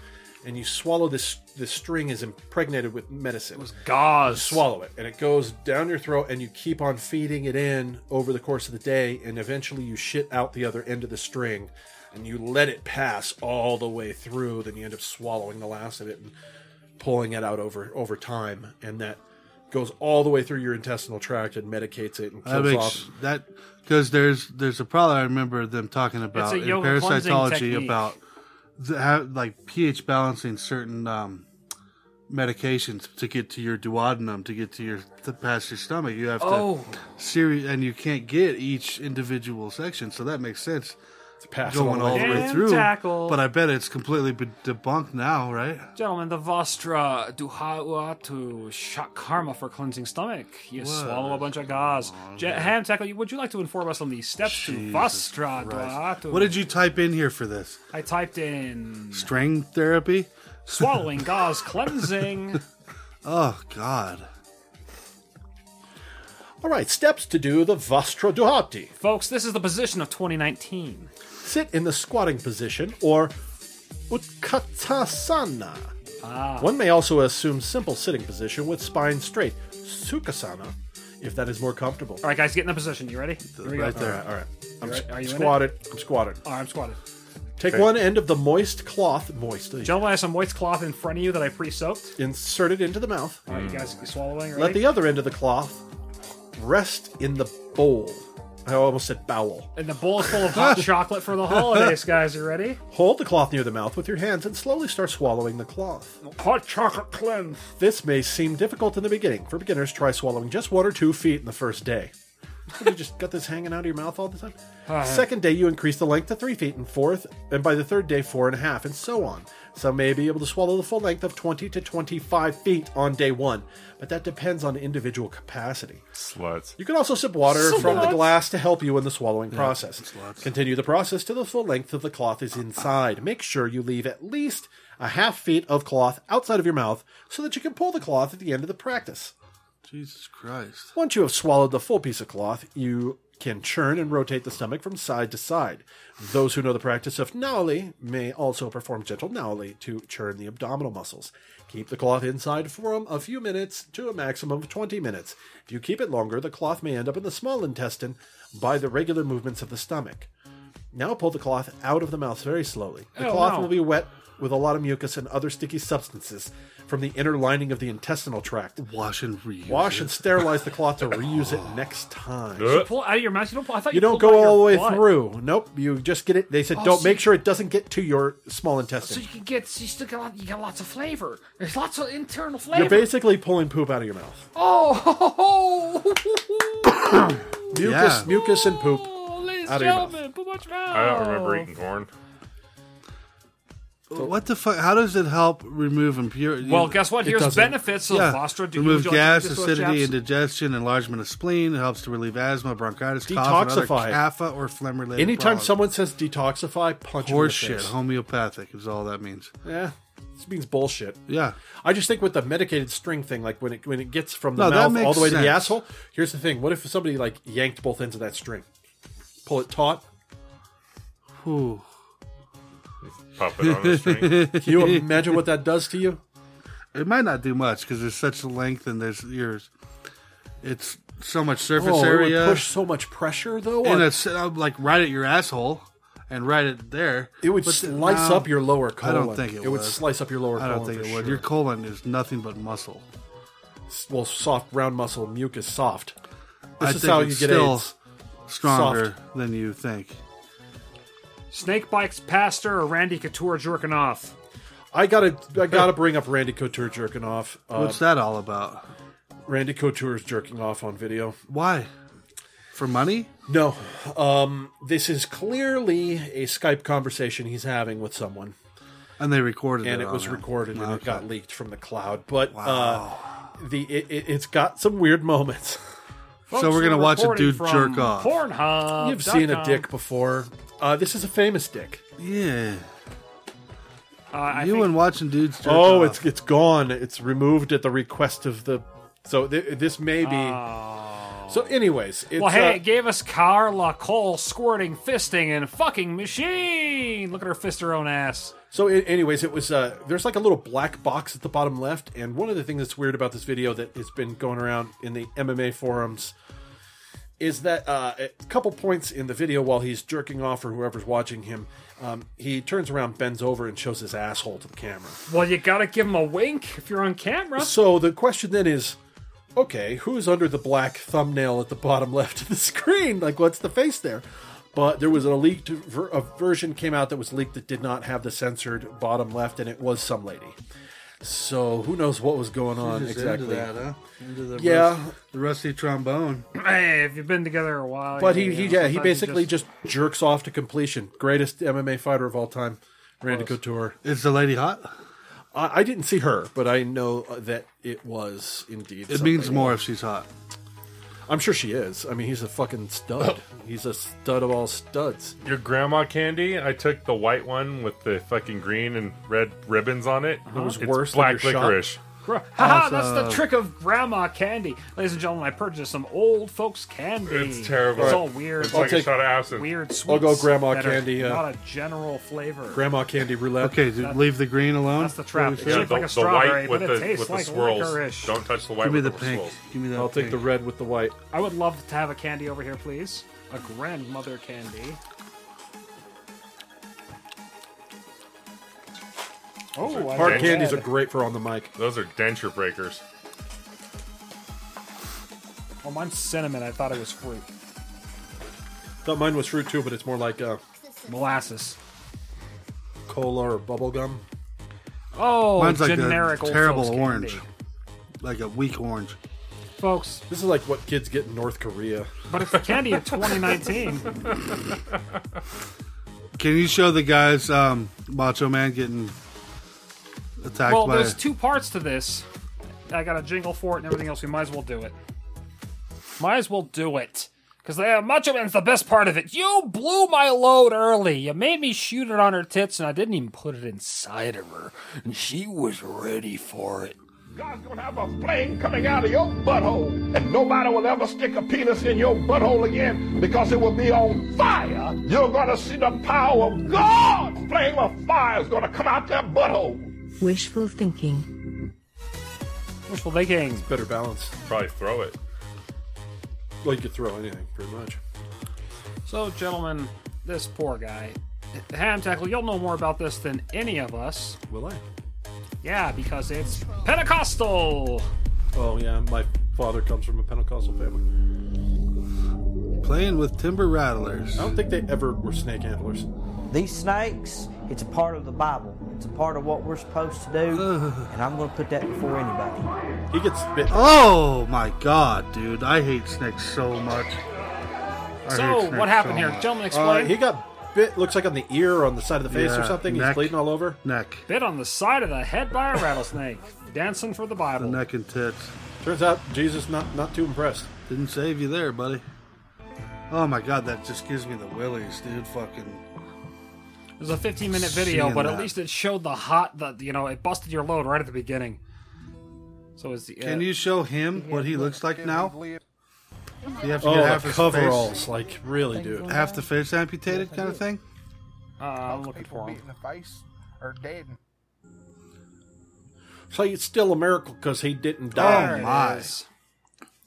[SPEAKER 4] and you swallow this. This string is impregnated with medicine.
[SPEAKER 2] Gauze.
[SPEAKER 4] swallow it and it goes down your throat and you keep on feeding it in over the course of the day and eventually you shit out the other end of the string and you let it pass all the way through then you end up swallowing the last of it and pulling it out over over time and that goes all the way through your intestinal tract and medicates it and
[SPEAKER 5] That
[SPEAKER 4] kills
[SPEAKER 5] makes
[SPEAKER 4] off
[SPEAKER 5] that because there's there's a problem I remember them talking about
[SPEAKER 2] a
[SPEAKER 5] in
[SPEAKER 2] yoga cleansing technique.
[SPEAKER 5] parasitology about the, how, like pH balancing certain um, medications to get to your duodenum to get to your to pass your stomach. You have to
[SPEAKER 2] Oh.
[SPEAKER 5] seri- and you can't get each individual section, so that makes sense
[SPEAKER 4] to pass
[SPEAKER 5] going all the way
[SPEAKER 2] down.
[SPEAKER 5] through.
[SPEAKER 2] Tackle.
[SPEAKER 5] But I bet it's completely be- debunked now, right?
[SPEAKER 2] Gentlemen, the Vostra Duhaua to Shak Karma for cleansing stomach. You swallow a bunch of gauze. Je- Ham Tackle, would you like to inform us on the steps to Vostra Duhatu?
[SPEAKER 5] What did you type in here for this?
[SPEAKER 2] I typed in
[SPEAKER 5] String therapy?
[SPEAKER 4] [LAUGHS]
[SPEAKER 2] swallowing gauze cleansing.
[SPEAKER 5] Oh God.
[SPEAKER 4] All right, steps to do the Vastra Duhati.
[SPEAKER 2] Folks, this is the position of 2019.
[SPEAKER 4] Sit in the squatting position or Utkatasana.
[SPEAKER 2] Ah.
[SPEAKER 4] One may also assume simple sitting position with spine straight, Sukhasana, if that is more comfortable.
[SPEAKER 2] All right, guys, get in the position. You ready? Here we go.
[SPEAKER 4] Right there. All right. All right. I'm
[SPEAKER 2] You
[SPEAKER 4] s-
[SPEAKER 2] re- Are you in it?
[SPEAKER 4] squatted. I'm squatted.
[SPEAKER 2] All right, I'm squatted.
[SPEAKER 4] Take
[SPEAKER 2] Okay.
[SPEAKER 4] one end of the moist cloth, moist,
[SPEAKER 2] Gentlemen, I have some moist cloth in front of you that I pre-soaked.
[SPEAKER 4] insert it into the mouth.
[SPEAKER 2] All right, you guys, you swallowing? Ready?
[SPEAKER 4] Let the other end of the cloth rest in the bowl. I almost said bowel.
[SPEAKER 2] and the bowl is
[SPEAKER 4] [LAUGHS]
[SPEAKER 2] full of hot chocolate for the holidays, guys. You ready?
[SPEAKER 4] Hold the cloth near the mouth with your hands and slowly start swallowing the cloth.
[SPEAKER 2] Hot chocolate cleanse.
[SPEAKER 4] This may seem difficult in the beginning. For beginners, try swallowing just one or two feet in the first day. Have you just got this hanging out of your mouth all the time?
[SPEAKER 2] Uh-huh.
[SPEAKER 4] Second day, you increase the length to three feet, and fourth, and by the third day, four and a half, and so on. Some may be able to swallow the full length of 20 to 25 feet on day one, but that depends on individual capacity.
[SPEAKER 3] Sluts.
[SPEAKER 4] You can also sip water from the
[SPEAKER 3] Sluts.
[SPEAKER 4] glass to help you in the swallowing
[SPEAKER 3] Yeah,
[SPEAKER 4] process. Continue the process till the full length of the cloth is inside. Make sure you leave at least a half feet of cloth outside of your mouth so that you can pull the cloth at the end of the practice.
[SPEAKER 5] Jesus Christ.
[SPEAKER 4] Once you have swallowed the full piece of cloth, you can churn and rotate the stomach from side to side. Those who know the practice of naoli may also perform gentle naoli to churn the abdominal muscles. Keep the cloth inside for a few minutes to a maximum of 20 minutes. If you keep it longer, the cloth may end up in the small intestine by the regular movements of the stomach. Now pull the cloth out of the mouth very slowly. The
[SPEAKER 2] Oh,
[SPEAKER 4] cloth
[SPEAKER 2] wow.
[SPEAKER 4] will be wet with a lot of mucus and other sticky substances from the inner lining of the intestinal tract.
[SPEAKER 5] Wash and reuse.
[SPEAKER 4] Wash and sterilize the cloth to reuse it next time.
[SPEAKER 2] You pull it out of your mouth. You don't pull. I thought you,
[SPEAKER 4] You don't
[SPEAKER 2] pulled it
[SPEAKER 4] go
[SPEAKER 2] out of
[SPEAKER 4] all the
[SPEAKER 2] your
[SPEAKER 4] way
[SPEAKER 2] butt.
[SPEAKER 4] through. Nope, you just get it. They said
[SPEAKER 2] Oh,
[SPEAKER 4] don't
[SPEAKER 2] so
[SPEAKER 4] make
[SPEAKER 2] you-
[SPEAKER 4] sure it doesn't get to your small
[SPEAKER 2] So
[SPEAKER 4] intestine.
[SPEAKER 2] you can get. You still get. lot- You got lots of flavor. There's lots of internal flavor.
[SPEAKER 4] You're basically pulling poop out of your mouth.
[SPEAKER 2] [LAUGHS] Oh,
[SPEAKER 4] Mucus, mucus, and poop.
[SPEAKER 2] ladies and
[SPEAKER 4] Out of your mouth.
[SPEAKER 2] gentlemen, put much
[SPEAKER 3] I don't remember
[SPEAKER 2] mouth.
[SPEAKER 3] eating corn.
[SPEAKER 5] What the fuck? How does it help remove impurity?
[SPEAKER 2] Well, guess what? It Here's doesn't. benefits of Vostra. Do you-
[SPEAKER 5] remove
[SPEAKER 2] would you like to
[SPEAKER 5] gas,
[SPEAKER 2] do this to us,
[SPEAKER 5] acidity,
[SPEAKER 2] chaps?
[SPEAKER 5] indigestion, enlargement of spleen. It helps to relieve asthma, bronchitis, cough,
[SPEAKER 4] Detoxify.
[SPEAKER 5] and other kapha or phlegm related.
[SPEAKER 4] Anytime someone says detoxify, punch him in the
[SPEAKER 5] Horseshit.
[SPEAKER 4] face.
[SPEAKER 5] Homeopathic is all that means.
[SPEAKER 4] Yeah, this means bullshit.
[SPEAKER 5] Yeah.
[SPEAKER 4] I just think with the medicated string thing, like when it when it gets from
[SPEAKER 5] No,
[SPEAKER 4] the
[SPEAKER 5] that
[SPEAKER 4] mouth all
[SPEAKER 5] makes
[SPEAKER 4] the way to the
[SPEAKER 5] sense.
[SPEAKER 4] asshole. Here's the thing: what if somebody like yanked both ends of that string, pull it taut?
[SPEAKER 5] Whew.
[SPEAKER 3] Pop it on a string.
[SPEAKER 4] Can
[SPEAKER 5] [LAUGHS]
[SPEAKER 4] you imagine what that does to you?
[SPEAKER 5] It might not do much because there's such length and there's yours. It's so much surface
[SPEAKER 4] Oh, it would
[SPEAKER 5] area.
[SPEAKER 4] push so much pressure though.
[SPEAKER 5] and
[SPEAKER 4] on-
[SPEAKER 5] it's uh, like right at your asshole and right at there.
[SPEAKER 4] It would
[SPEAKER 5] But th-
[SPEAKER 4] slice
[SPEAKER 5] no,
[SPEAKER 4] up your lower
[SPEAKER 5] I
[SPEAKER 4] colon.
[SPEAKER 5] don't think it,
[SPEAKER 4] It would
[SPEAKER 5] would.
[SPEAKER 4] slice up your lower
[SPEAKER 5] I don't
[SPEAKER 4] colon
[SPEAKER 5] think
[SPEAKER 4] for
[SPEAKER 5] it would.
[SPEAKER 4] sure.
[SPEAKER 5] Your colon is nothing but muscle.
[SPEAKER 4] well, soft round muscle, mucus, soft. This
[SPEAKER 5] I
[SPEAKER 4] is
[SPEAKER 5] think
[SPEAKER 4] how you
[SPEAKER 5] it's
[SPEAKER 4] get
[SPEAKER 5] still
[SPEAKER 4] AIDS.
[SPEAKER 5] stronger than you think.
[SPEAKER 2] Snake bites pastor or Randy Couture jerking off.
[SPEAKER 4] I gotta, I gotta bring up Randy Couture jerking off. Um,
[SPEAKER 5] What's that all about?
[SPEAKER 4] Randy Couture is jerking off on video.
[SPEAKER 5] Why? For money?
[SPEAKER 4] No, um, this is clearly a Skype conversation he's having with someone,
[SPEAKER 5] And they recorded
[SPEAKER 4] and
[SPEAKER 5] it.
[SPEAKER 4] it
[SPEAKER 5] on
[SPEAKER 4] was
[SPEAKER 5] there.
[SPEAKER 4] recorded and it
[SPEAKER 5] Okay.
[SPEAKER 4] got leaked from the cloud. But uh, the it, it, it's got some weird moments.
[SPEAKER 5] So we're gonna
[SPEAKER 2] we're
[SPEAKER 5] watch a
[SPEAKER 2] recording
[SPEAKER 5] dude
[SPEAKER 2] from
[SPEAKER 5] jerk off.
[SPEAKER 2] Pornhub.
[SPEAKER 4] You've seen a dick before. Uh, this is a famous dick.
[SPEAKER 5] Yeah.
[SPEAKER 2] Uh, I
[SPEAKER 5] you
[SPEAKER 2] think
[SPEAKER 5] and watching dudes jerk
[SPEAKER 4] oh,
[SPEAKER 5] off.
[SPEAKER 4] it's it's gone. It's removed at the request of the. So th- this may be. So, anyways, it's,
[SPEAKER 2] well, hey,
[SPEAKER 4] uh,
[SPEAKER 2] it gave us Carla Cole squirting, fisting, and fucking machine. Look at her fist her own ass.
[SPEAKER 4] so a- anyways, it was. Uh, there's like a little black box at the bottom left, and one of the things that's weird about this video that has been going around in the MMA forums is that uh, a couple points in the video while he's jerking off or whoever's watching him, um, he turns around, bends over, and shows his asshole to the camera.
[SPEAKER 2] Well, you gotta give him a wink if you're on camera.
[SPEAKER 4] So the question then is, okay, who's under the black thumbnail at the bottom [LAUGHS] left of the screen? Like, what's the face there? But there was a leaked ver- a version came out that was leaked that did not have the censored bottom left, and it was some lady. So who knows what was going on
[SPEAKER 5] Just
[SPEAKER 4] exactly?
[SPEAKER 5] Into that, huh? Into the
[SPEAKER 4] Yeah.
[SPEAKER 5] rust- the rusty trombone.
[SPEAKER 2] Hey, if you've been together a while,
[SPEAKER 4] But
[SPEAKER 2] you
[SPEAKER 4] he,
[SPEAKER 2] know,
[SPEAKER 4] he yeah, he
[SPEAKER 2] sometimes you
[SPEAKER 4] basically just... jerks off to completion. Greatest MMA fighter of all time, Randy Couture.
[SPEAKER 5] Is the lady hot?
[SPEAKER 4] I, I didn't see her, but I know uh, that it was indeed.
[SPEAKER 5] It
[SPEAKER 4] some
[SPEAKER 5] means
[SPEAKER 4] lady.
[SPEAKER 5] more if she's hot.
[SPEAKER 4] I'm sure she is. I mean, he's a fucking stud. He's a stud of all studs.
[SPEAKER 3] Your grandma candy, I took the white one with the fucking green and red ribbons on it.
[SPEAKER 4] It was
[SPEAKER 3] It's
[SPEAKER 4] worse than
[SPEAKER 3] black
[SPEAKER 4] your shot?
[SPEAKER 3] licorice.
[SPEAKER 2] Gra- Haha, that's the
[SPEAKER 5] Awesome.
[SPEAKER 2] trick of grandma candy. Ladies and gentlemen, I purchased some old folks candy.
[SPEAKER 3] It's terrible.
[SPEAKER 2] It's all weird.
[SPEAKER 3] It's like a shot of acid.
[SPEAKER 2] Weird sweets.
[SPEAKER 4] I'll go grandma
[SPEAKER 2] that are
[SPEAKER 4] candy, uh,
[SPEAKER 2] not a general flavor.
[SPEAKER 4] Grandma candy roulette.
[SPEAKER 5] Okay, dude, leave the green alone.
[SPEAKER 2] That's the trap.
[SPEAKER 5] Holy
[SPEAKER 2] It's
[SPEAKER 5] shit.
[SPEAKER 2] shaped like a strawberry, but it tastes like licorice.
[SPEAKER 3] Don't touch the white
[SPEAKER 5] Give me
[SPEAKER 3] with the
[SPEAKER 5] the pink.
[SPEAKER 3] swirls.
[SPEAKER 5] Give me the
[SPEAKER 4] I'll take the red with the white.
[SPEAKER 2] I would love to have a candy over here, please. A grandmother candy. Oh, I
[SPEAKER 4] Hard
[SPEAKER 2] like
[SPEAKER 4] candies
[SPEAKER 2] red.
[SPEAKER 4] are great for on the mic.
[SPEAKER 3] Those are denture breakers.
[SPEAKER 2] Oh, mine's cinnamon. I thought it was fruit.
[SPEAKER 4] Thought mine was fruit too, but it's more like uh,
[SPEAKER 2] molasses,
[SPEAKER 4] cola or bubble gum.
[SPEAKER 2] Oh,
[SPEAKER 5] Mine's like
[SPEAKER 2] generic
[SPEAKER 5] a
[SPEAKER 2] old
[SPEAKER 5] terrible
[SPEAKER 2] folks
[SPEAKER 5] orange,
[SPEAKER 2] candy.
[SPEAKER 5] like a weak orange.
[SPEAKER 2] folks.
[SPEAKER 4] This is like what kids get in North Korea.
[SPEAKER 2] But it's the candy
[SPEAKER 4] [LAUGHS]
[SPEAKER 2] of 2019.
[SPEAKER 5] Can you show the guys um, Macho Man getting attacked
[SPEAKER 2] well,
[SPEAKER 5] by?
[SPEAKER 2] there's two parts to this. I got a jingle for it and everything else. We might as well do it. Might as well do it. Because uh, Macho Man's the best part of it. You blew my load early. You made me shoot it on her tits, and I didn't even put it inside of her. And she was ready for it.
[SPEAKER 13] God's gonna have a flame coming out of your butthole, and nobody will ever stick a penis in your butthole again because it will be on fire. You're gonna see the power of God. Flame of fire is gonna come out that butthole.
[SPEAKER 14] Wishful thinking.
[SPEAKER 2] Wishful thinking. It's
[SPEAKER 4] better balanced.
[SPEAKER 3] Probably throw it.
[SPEAKER 4] Well, you could throw anything, pretty much.
[SPEAKER 2] So, gentlemen, this poor guy. Ham Tackle, you'll know more about this than any of us.
[SPEAKER 4] Will I?
[SPEAKER 2] Yeah, because it's Pentecostal.
[SPEAKER 4] Oh yeah, my father comes from a Pentecostal family.
[SPEAKER 5] Playing with timber rattlers.
[SPEAKER 4] I don't think they ever were snake handlers.
[SPEAKER 15] These snakes, it's a part of the Bible. It's a part of what we're supposed to
[SPEAKER 4] [SIGHS]
[SPEAKER 15] do. and I'm going to put that before anybody.
[SPEAKER 4] He gets bit.
[SPEAKER 5] Oh my god, dude! I hate snakes so much. I hate snakes so much.
[SPEAKER 4] Uh, he got bit. Looks like on the ear or on the side of the face or
[SPEAKER 5] Yeah,
[SPEAKER 4] something. He's
[SPEAKER 5] neck.
[SPEAKER 4] bleeding all over.
[SPEAKER 5] neck,
[SPEAKER 2] Bit on the side of the head by a rattlesnake. Dancing for the
[SPEAKER 5] the
[SPEAKER 2] Bible.
[SPEAKER 5] neck and tits.
[SPEAKER 4] Turns out Jesus not not too impressed.
[SPEAKER 5] Didn't save you there, buddy. Oh my god, that just gives me the willies, dude. Fucking.
[SPEAKER 2] It was a 15 minute video,
[SPEAKER 5] Seeing
[SPEAKER 2] but at
[SPEAKER 5] that.
[SPEAKER 2] least it showed the hot, the you know, it busted your load right at the beginning. So is the.
[SPEAKER 5] Can you show him what he looks like now? You have to
[SPEAKER 4] Oh,
[SPEAKER 5] get
[SPEAKER 4] the
[SPEAKER 5] half his
[SPEAKER 4] coveralls,
[SPEAKER 5] face,
[SPEAKER 4] like, really, dude.
[SPEAKER 5] Half the face amputated, kind of thing.
[SPEAKER 2] Uh, I'm looking for
[SPEAKER 16] him. the face or dead.
[SPEAKER 4] So it's still a miracle because he didn't
[SPEAKER 2] There
[SPEAKER 4] die.
[SPEAKER 2] it
[SPEAKER 5] Oh,
[SPEAKER 2] is.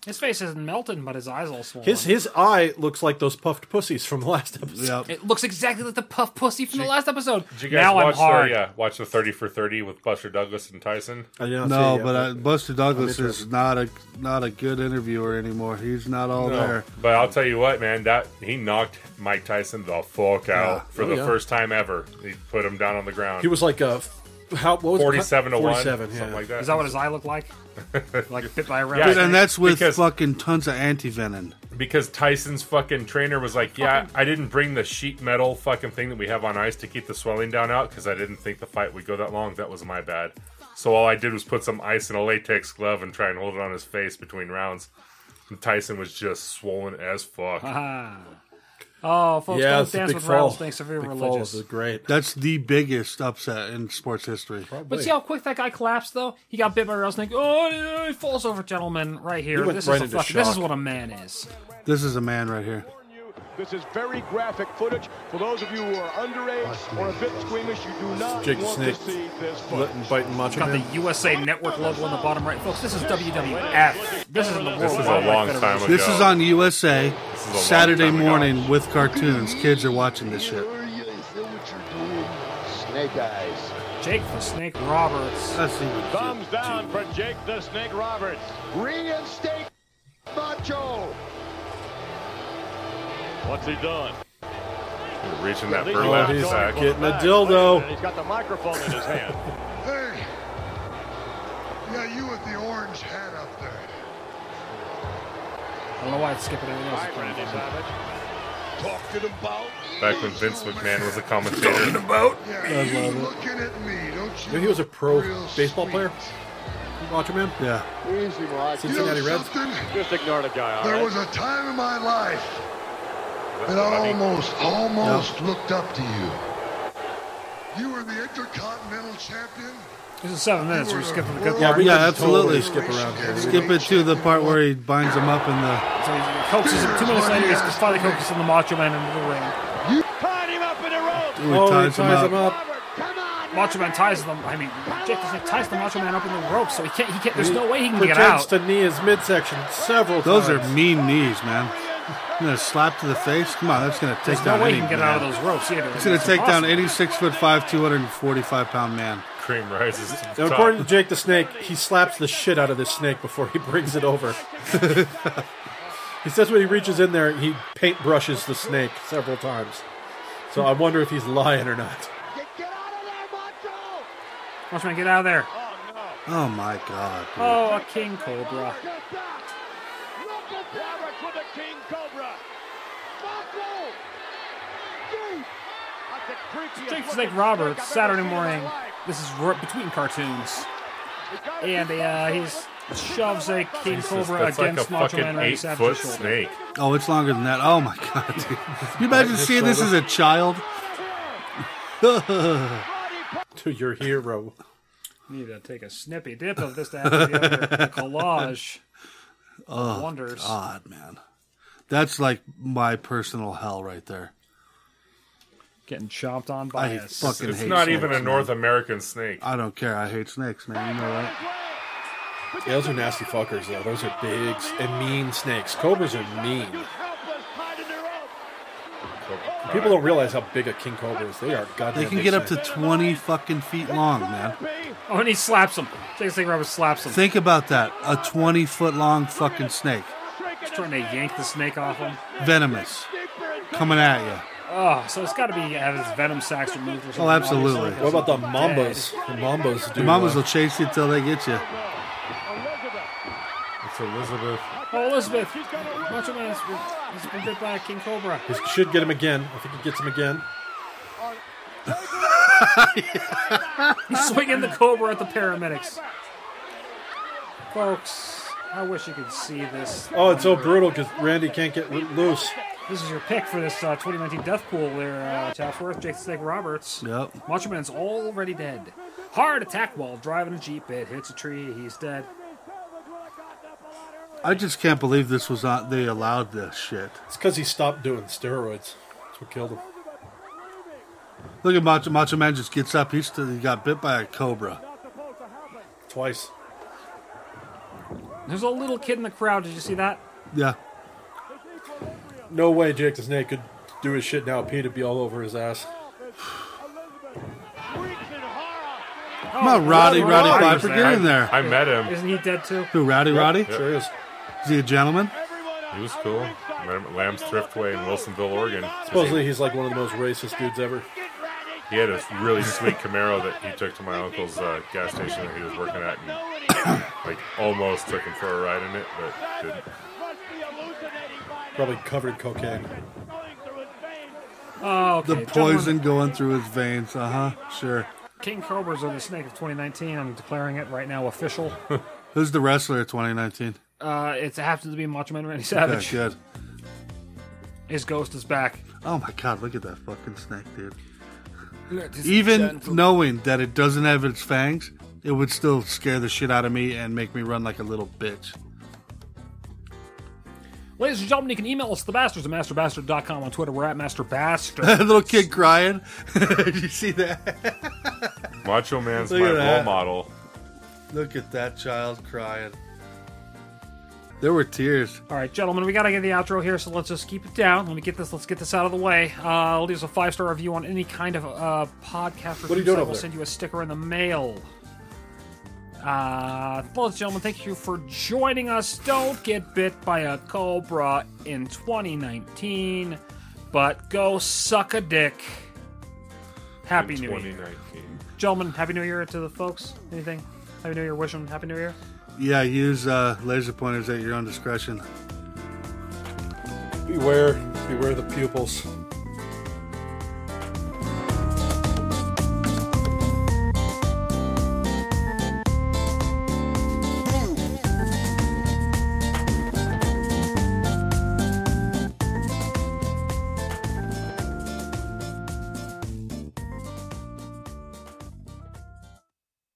[SPEAKER 2] His face isn't melted, but his eyes all swollen.
[SPEAKER 4] His his eye looks like those puffed pussies from the last episode.
[SPEAKER 2] It looks exactly like the puff pussy from the last episode.
[SPEAKER 3] Did you guys
[SPEAKER 2] now I'm
[SPEAKER 3] watch
[SPEAKER 2] hard.
[SPEAKER 3] the uh, watch the thirty for thirty with Buster Douglas and Tyson?
[SPEAKER 4] [LAUGHS] I
[SPEAKER 5] No, but uh, Buster Douglas is not a not a good interviewer anymore. He's not all
[SPEAKER 3] No.
[SPEAKER 5] there.
[SPEAKER 3] Oh, But I'll tell you what, man, that he knocked Mike Tyson the fuck out for
[SPEAKER 4] Oh,
[SPEAKER 3] the
[SPEAKER 4] yeah.
[SPEAKER 3] first time ever. He put him down on the ground.
[SPEAKER 4] He was like a how what was it?
[SPEAKER 3] 47 to 1,
[SPEAKER 4] 47, yeah.
[SPEAKER 3] something like that.
[SPEAKER 2] Is that what his eye looked
[SPEAKER 3] [LAUGHS]
[SPEAKER 2] like? like bit by a
[SPEAKER 3] Yeah,
[SPEAKER 5] Dude,
[SPEAKER 2] rattlesnake.
[SPEAKER 5] and that's with
[SPEAKER 3] because-
[SPEAKER 5] fucking tons of anti venom.
[SPEAKER 3] because Tyson's fucking trainer was like, "Yeah, I didn't bring the sheet metal fucking thing that we have on ice to keep the swelling down out because I didn't think the fight would go that long. That was my bad. So all I did was put some ice in a latex glove and try and hold it on his face between rounds. And Tyson was just swollen as fuck.
[SPEAKER 2] Ah. Oh, folks,
[SPEAKER 3] Yeah,
[SPEAKER 2] don't
[SPEAKER 3] it's a
[SPEAKER 2] dance
[SPEAKER 3] big
[SPEAKER 2] with
[SPEAKER 3] fall.
[SPEAKER 2] rattlesnakes if you're
[SPEAKER 3] Big fall
[SPEAKER 2] religious.
[SPEAKER 3] is
[SPEAKER 4] great.
[SPEAKER 5] That's the biggest upset in sports history. Probably.
[SPEAKER 2] But see how quick that guy collapsed, though. He got bit by a rattlesnake. Oh, yeah, he falls over, gentlemen, right
[SPEAKER 5] He
[SPEAKER 2] here.
[SPEAKER 5] went
[SPEAKER 2] This
[SPEAKER 5] right
[SPEAKER 2] is a
[SPEAKER 5] into
[SPEAKER 2] fucking, This is
[SPEAKER 5] shock.
[SPEAKER 2] what a man is.
[SPEAKER 5] This is a man right here.
[SPEAKER 17] This is very graphic footage. For those of you who are underage or a bit squeamish, you do not
[SPEAKER 4] Jake the
[SPEAKER 17] want
[SPEAKER 4] Snake
[SPEAKER 17] to see this footage.
[SPEAKER 4] letting biting Macho
[SPEAKER 2] Got
[SPEAKER 4] Man.
[SPEAKER 2] the USA Network logo on the bottom right, folks. This is WWF. This is in the World
[SPEAKER 3] This is a
[SPEAKER 2] Wildlife
[SPEAKER 3] long
[SPEAKER 2] Federation.
[SPEAKER 3] time ago.
[SPEAKER 5] This is on USA
[SPEAKER 3] is a long
[SPEAKER 5] Saturday
[SPEAKER 3] time ago.
[SPEAKER 5] morning with cartoons. Kids are watching this shit.
[SPEAKER 16] Snake eyes.
[SPEAKER 2] Jake the Snake Roberts.
[SPEAKER 17] Thumbs down for Jake the Snake Roberts.
[SPEAKER 16] Reinstate Macho.
[SPEAKER 17] What's he doing?
[SPEAKER 3] Reaching that
[SPEAKER 17] He's
[SPEAKER 3] burlap
[SPEAKER 17] not going
[SPEAKER 3] sack.
[SPEAKER 17] for the back. And He's got the microphone in his
[SPEAKER 4] [LAUGHS]
[SPEAKER 17] hand.
[SPEAKER 18] Hey. Yeah, you with the orange hat up there.
[SPEAKER 2] I don't know why it's skipping anything else.
[SPEAKER 18] Talking about.
[SPEAKER 3] Back when Vince McMahon was a commentator.
[SPEAKER 18] Yeah,
[SPEAKER 4] I
[SPEAKER 18] you
[SPEAKER 4] love it.
[SPEAKER 18] looking at me, don't you?
[SPEAKER 4] Maybe he was a pro
[SPEAKER 18] Real
[SPEAKER 4] baseball player. Macho Man.
[SPEAKER 5] Yeah.
[SPEAKER 18] Easy, Mike.
[SPEAKER 4] Cincinnati
[SPEAKER 18] you know
[SPEAKER 4] Reds.
[SPEAKER 18] something?
[SPEAKER 17] Just ignore the guy.
[SPEAKER 18] There
[SPEAKER 17] all right?
[SPEAKER 18] was a time in my life that I almost, almost looked up to you. You were the Intercontinental Champion,
[SPEAKER 2] This is seven minutes. We're skipping the good
[SPEAKER 5] yeah,
[SPEAKER 2] part.
[SPEAKER 5] absolutely. Skip around. Skip it to the part where he binds him up in the.
[SPEAKER 2] So he coaxes him. Two minutes later, he's finally coaxing the Macho Man into the ring.
[SPEAKER 5] Ooh, Oh, he ties him up.
[SPEAKER 2] Macho Man ties them. I mean, Jake the Snake ties the Macho Man up in the rope, so he can't. He can't. There's no way he can get
[SPEAKER 4] Pretends
[SPEAKER 2] out.
[SPEAKER 4] to knee his midsection several
[SPEAKER 5] Those
[SPEAKER 4] times.
[SPEAKER 5] are mean knees, man. You know, slap to the face. Come on, that's gonna take
[SPEAKER 2] There's
[SPEAKER 5] down
[SPEAKER 2] no way he
[SPEAKER 5] any
[SPEAKER 2] can get
[SPEAKER 5] man.
[SPEAKER 2] out of those ropes either.
[SPEAKER 5] It's gonna
[SPEAKER 2] It's
[SPEAKER 5] take down
[SPEAKER 2] impossible.
[SPEAKER 5] any six foot five, two hundred and forty five pound man.
[SPEAKER 3] Cream rises to
[SPEAKER 4] Now,
[SPEAKER 3] the top.
[SPEAKER 4] according to Jake the Snake, he slaps the shit out of this snake before he [LAUGHS] brings it
[SPEAKER 5] [LAUGHS]
[SPEAKER 4] over. he says when he reaches in there, he paint brushes the snake several times. So I wonder if he's lying or not. [LAUGHS]
[SPEAKER 2] Macho Man, get out of there.
[SPEAKER 5] Oh my god. dude.
[SPEAKER 2] Oh, a King Cobra. Jake the Snake Roberts, Saturday morning. This is ro- between cartoons. And uh, he shoves a King
[SPEAKER 3] Jesus,
[SPEAKER 2] Cobra
[SPEAKER 3] that's
[SPEAKER 2] against
[SPEAKER 3] like
[SPEAKER 2] Macho
[SPEAKER 3] a
[SPEAKER 2] Man
[SPEAKER 3] fucking
[SPEAKER 2] right
[SPEAKER 3] eight
[SPEAKER 2] after the
[SPEAKER 3] foot
[SPEAKER 2] shoulder.
[SPEAKER 3] snake.
[SPEAKER 5] Oh, it's longer than that. Oh my [LAUGHS] god. dude. Can you imagine
[SPEAKER 4] his
[SPEAKER 5] seeing this as
[SPEAKER 4] shoulder.
[SPEAKER 5] a child?
[SPEAKER 4] To your hero.
[SPEAKER 2] Need to take a snippy dip of this to after the other.
[SPEAKER 3] [LAUGHS]
[SPEAKER 2] A collage.
[SPEAKER 5] Oh,
[SPEAKER 2] Wonders.
[SPEAKER 3] Ah.
[SPEAKER 5] God, man. That's like my personal hell right there.
[SPEAKER 2] Getting chomped on by
[SPEAKER 5] I
[SPEAKER 2] a
[SPEAKER 5] fucking
[SPEAKER 2] s-
[SPEAKER 3] It's
[SPEAKER 5] hate
[SPEAKER 3] not
[SPEAKER 5] snakes,
[SPEAKER 3] even a
[SPEAKER 5] man.
[SPEAKER 3] North American snake.
[SPEAKER 5] I don't care. I hate snakes, man. You know that.
[SPEAKER 4] Yeah, those are nasty fuckers, though. Those are big s- and mean snakes. Cobras are mean. People don't realize how big a king cobra is. They are goddamn.
[SPEAKER 5] They can
[SPEAKER 4] big
[SPEAKER 5] get up to
[SPEAKER 4] snakes.
[SPEAKER 5] 20 fucking feet long, man.
[SPEAKER 2] Oh, and he slaps him. Jake the Snake Roberts slaps him.
[SPEAKER 5] Think about that. A 20 foot long fucking snake.
[SPEAKER 2] He's trying to yank the snake off him.
[SPEAKER 5] Venomous. Coming at you.
[SPEAKER 2] Oh, so it's got to be have his venom sacs removed or something.
[SPEAKER 5] Oh, absolutely.
[SPEAKER 2] obviously.
[SPEAKER 4] What about the mambas? The mambas do.
[SPEAKER 5] The mamas
[SPEAKER 4] uh,
[SPEAKER 5] will chase you till they get you.
[SPEAKER 3] It's Elizabeth.
[SPEAKER 2] Oh, Elizabeth. Macho Man's he's been bit by a King Cobra.
[SPEAKER 4] he should get him again. I think he gets him again.
[SPEAKER 2] He's swinging the Cobra at the paramedics. Folks, I wish you could see this.
[SPEAKER 4] Oh, it's so brutal because Randy can't get r- loose.
[SPEAKER 2] This is your pick for this uh, 2019 Death Pool there, uh, Tafworth, Jake the Snake Roberts.
[SPEAKER 5] Yep.
[SPEAKER 2] Macho Man's already dead. Hard attack while driving a Jeep. It hits a tree. He's dead.
[SPEAKER 5] I just can't believe this was on. They allowed this shit.
[SPEAKER 4] It's because he stopped doing steroids. That's what killed him.
[SPEAKER 5] Look at Macho, Macho Man just gets up. He's still, he got bit by a cobra.
[SPEAKER 4] Twice.
[SPEAKER 2] There's a little kid in the crowd. Did you see that?
[SPEAKER 5] Yeah.
[SPEAKER 4] No way Jake the Snake could do his shit now. Pete'd be all over his ass.
[SPEAKER 5] Come on, Roddy, Roddy Piper, get in there.
[SPEAKER 3] I met him.
[SPEAKER 2] Isn't he dead too?
[SPEAKER 5] Who, Rowdy Roddy?
[SPEAKER 4] Sure is.
[SPEAKER 5] Is he a gentleman?
[SPEAKER 3] He was cool. Met him at Lamb's Thriftway in Wilsonville, Oregon.
[SPEAKER 4] Supposedly he's like one of the most racist dudes ever.
[SPEAKER 3] He had a really sweet [LAUGHS] Camaro that he took to my uncle's uh, gas station that he was working at, [COUGHS] and like almost took him for a ride in it, but didn't.
[SPEAKER 4] Probably covered in cocaine.
[SPEAKER 2] Oh, okay.
[SPEAKER 5] The
[SPEAKER 2] Gentlemen,
[SPEAKER 5] poison going through his veins. Uh huh. Sure.
[SPEAKER 2] King Cobras are the snake of 2019. I'm declaring it right now
[SPEAKER 5] [LAUGHS]
[SPEAKER 2] official.
[SPEAKER 5] Who's the wrestler of 2019?
[SPEAKER 2] Uh, it happens to be Macho Man Randy Savage.
[SPEAKER 5] Okay, good.
[SPEAKER 2] His ghost is back.
[SPEAKER 5] Oh my god, look at that fucking snake, dude. Even knowing that it doesn't have its fangs, it would still scare the shit out of me and make me run like a little bitch.
[SPEAKER 2] Ladies and gentlemen, you can email us the bastards at masterbastard.com on Twitter. We're at
[SPEAKER 5] [LAUGHS]
[SPEAKER 2] masterbastard.
[SPEAKER 5] little kid crying. [LAUGHS] Did you see that? [LAUGHS]
[SPEAKER 3] Macho Man's
[SPEAKER 5] Look
[SPEAKER 3] my
[SPEAKER 5] at
[SPEAKER 3] role
[SPEAKER 5] that.
[SPEAKER 3] model.
[SPEAKER 5] Look at that child crying. There were tears.
[SPEAKER 2] All right, gentlemen, we gotta get the outro here, so let's just keep it down. Let me get this. Let's get this out of the way. Uh, leave us a five star review on any kind of uh, podcast.
[SPEAKER 4] What are you
[SPEAKER 2] review
[SPEAKER 4] doing
[SPEAKER 2] site.
[SPEAKER 4] over
[SPEAKER 2] We'll
[SPEAKER 4] there?
[SPEAKER 2] send you a sticker in the mail. Uh, well, gentlemen, thank you for joining us. Don't get bit by a cobra in 2019, but go suck a dick. Happy
[SPEAKER 3] in
[SPEAKER 2] New Year,
[SPEAKER 3] 2019.
[SPEAKER 2] gentlemen. Happy New Year to the folks. Anything? Happy New Year. Wish them Happy New Year.
[SPEAKER 5] Yeah, use uh, laser pointers at your own discretion.
[SPEAKER 4] Beware. Beware the pupils.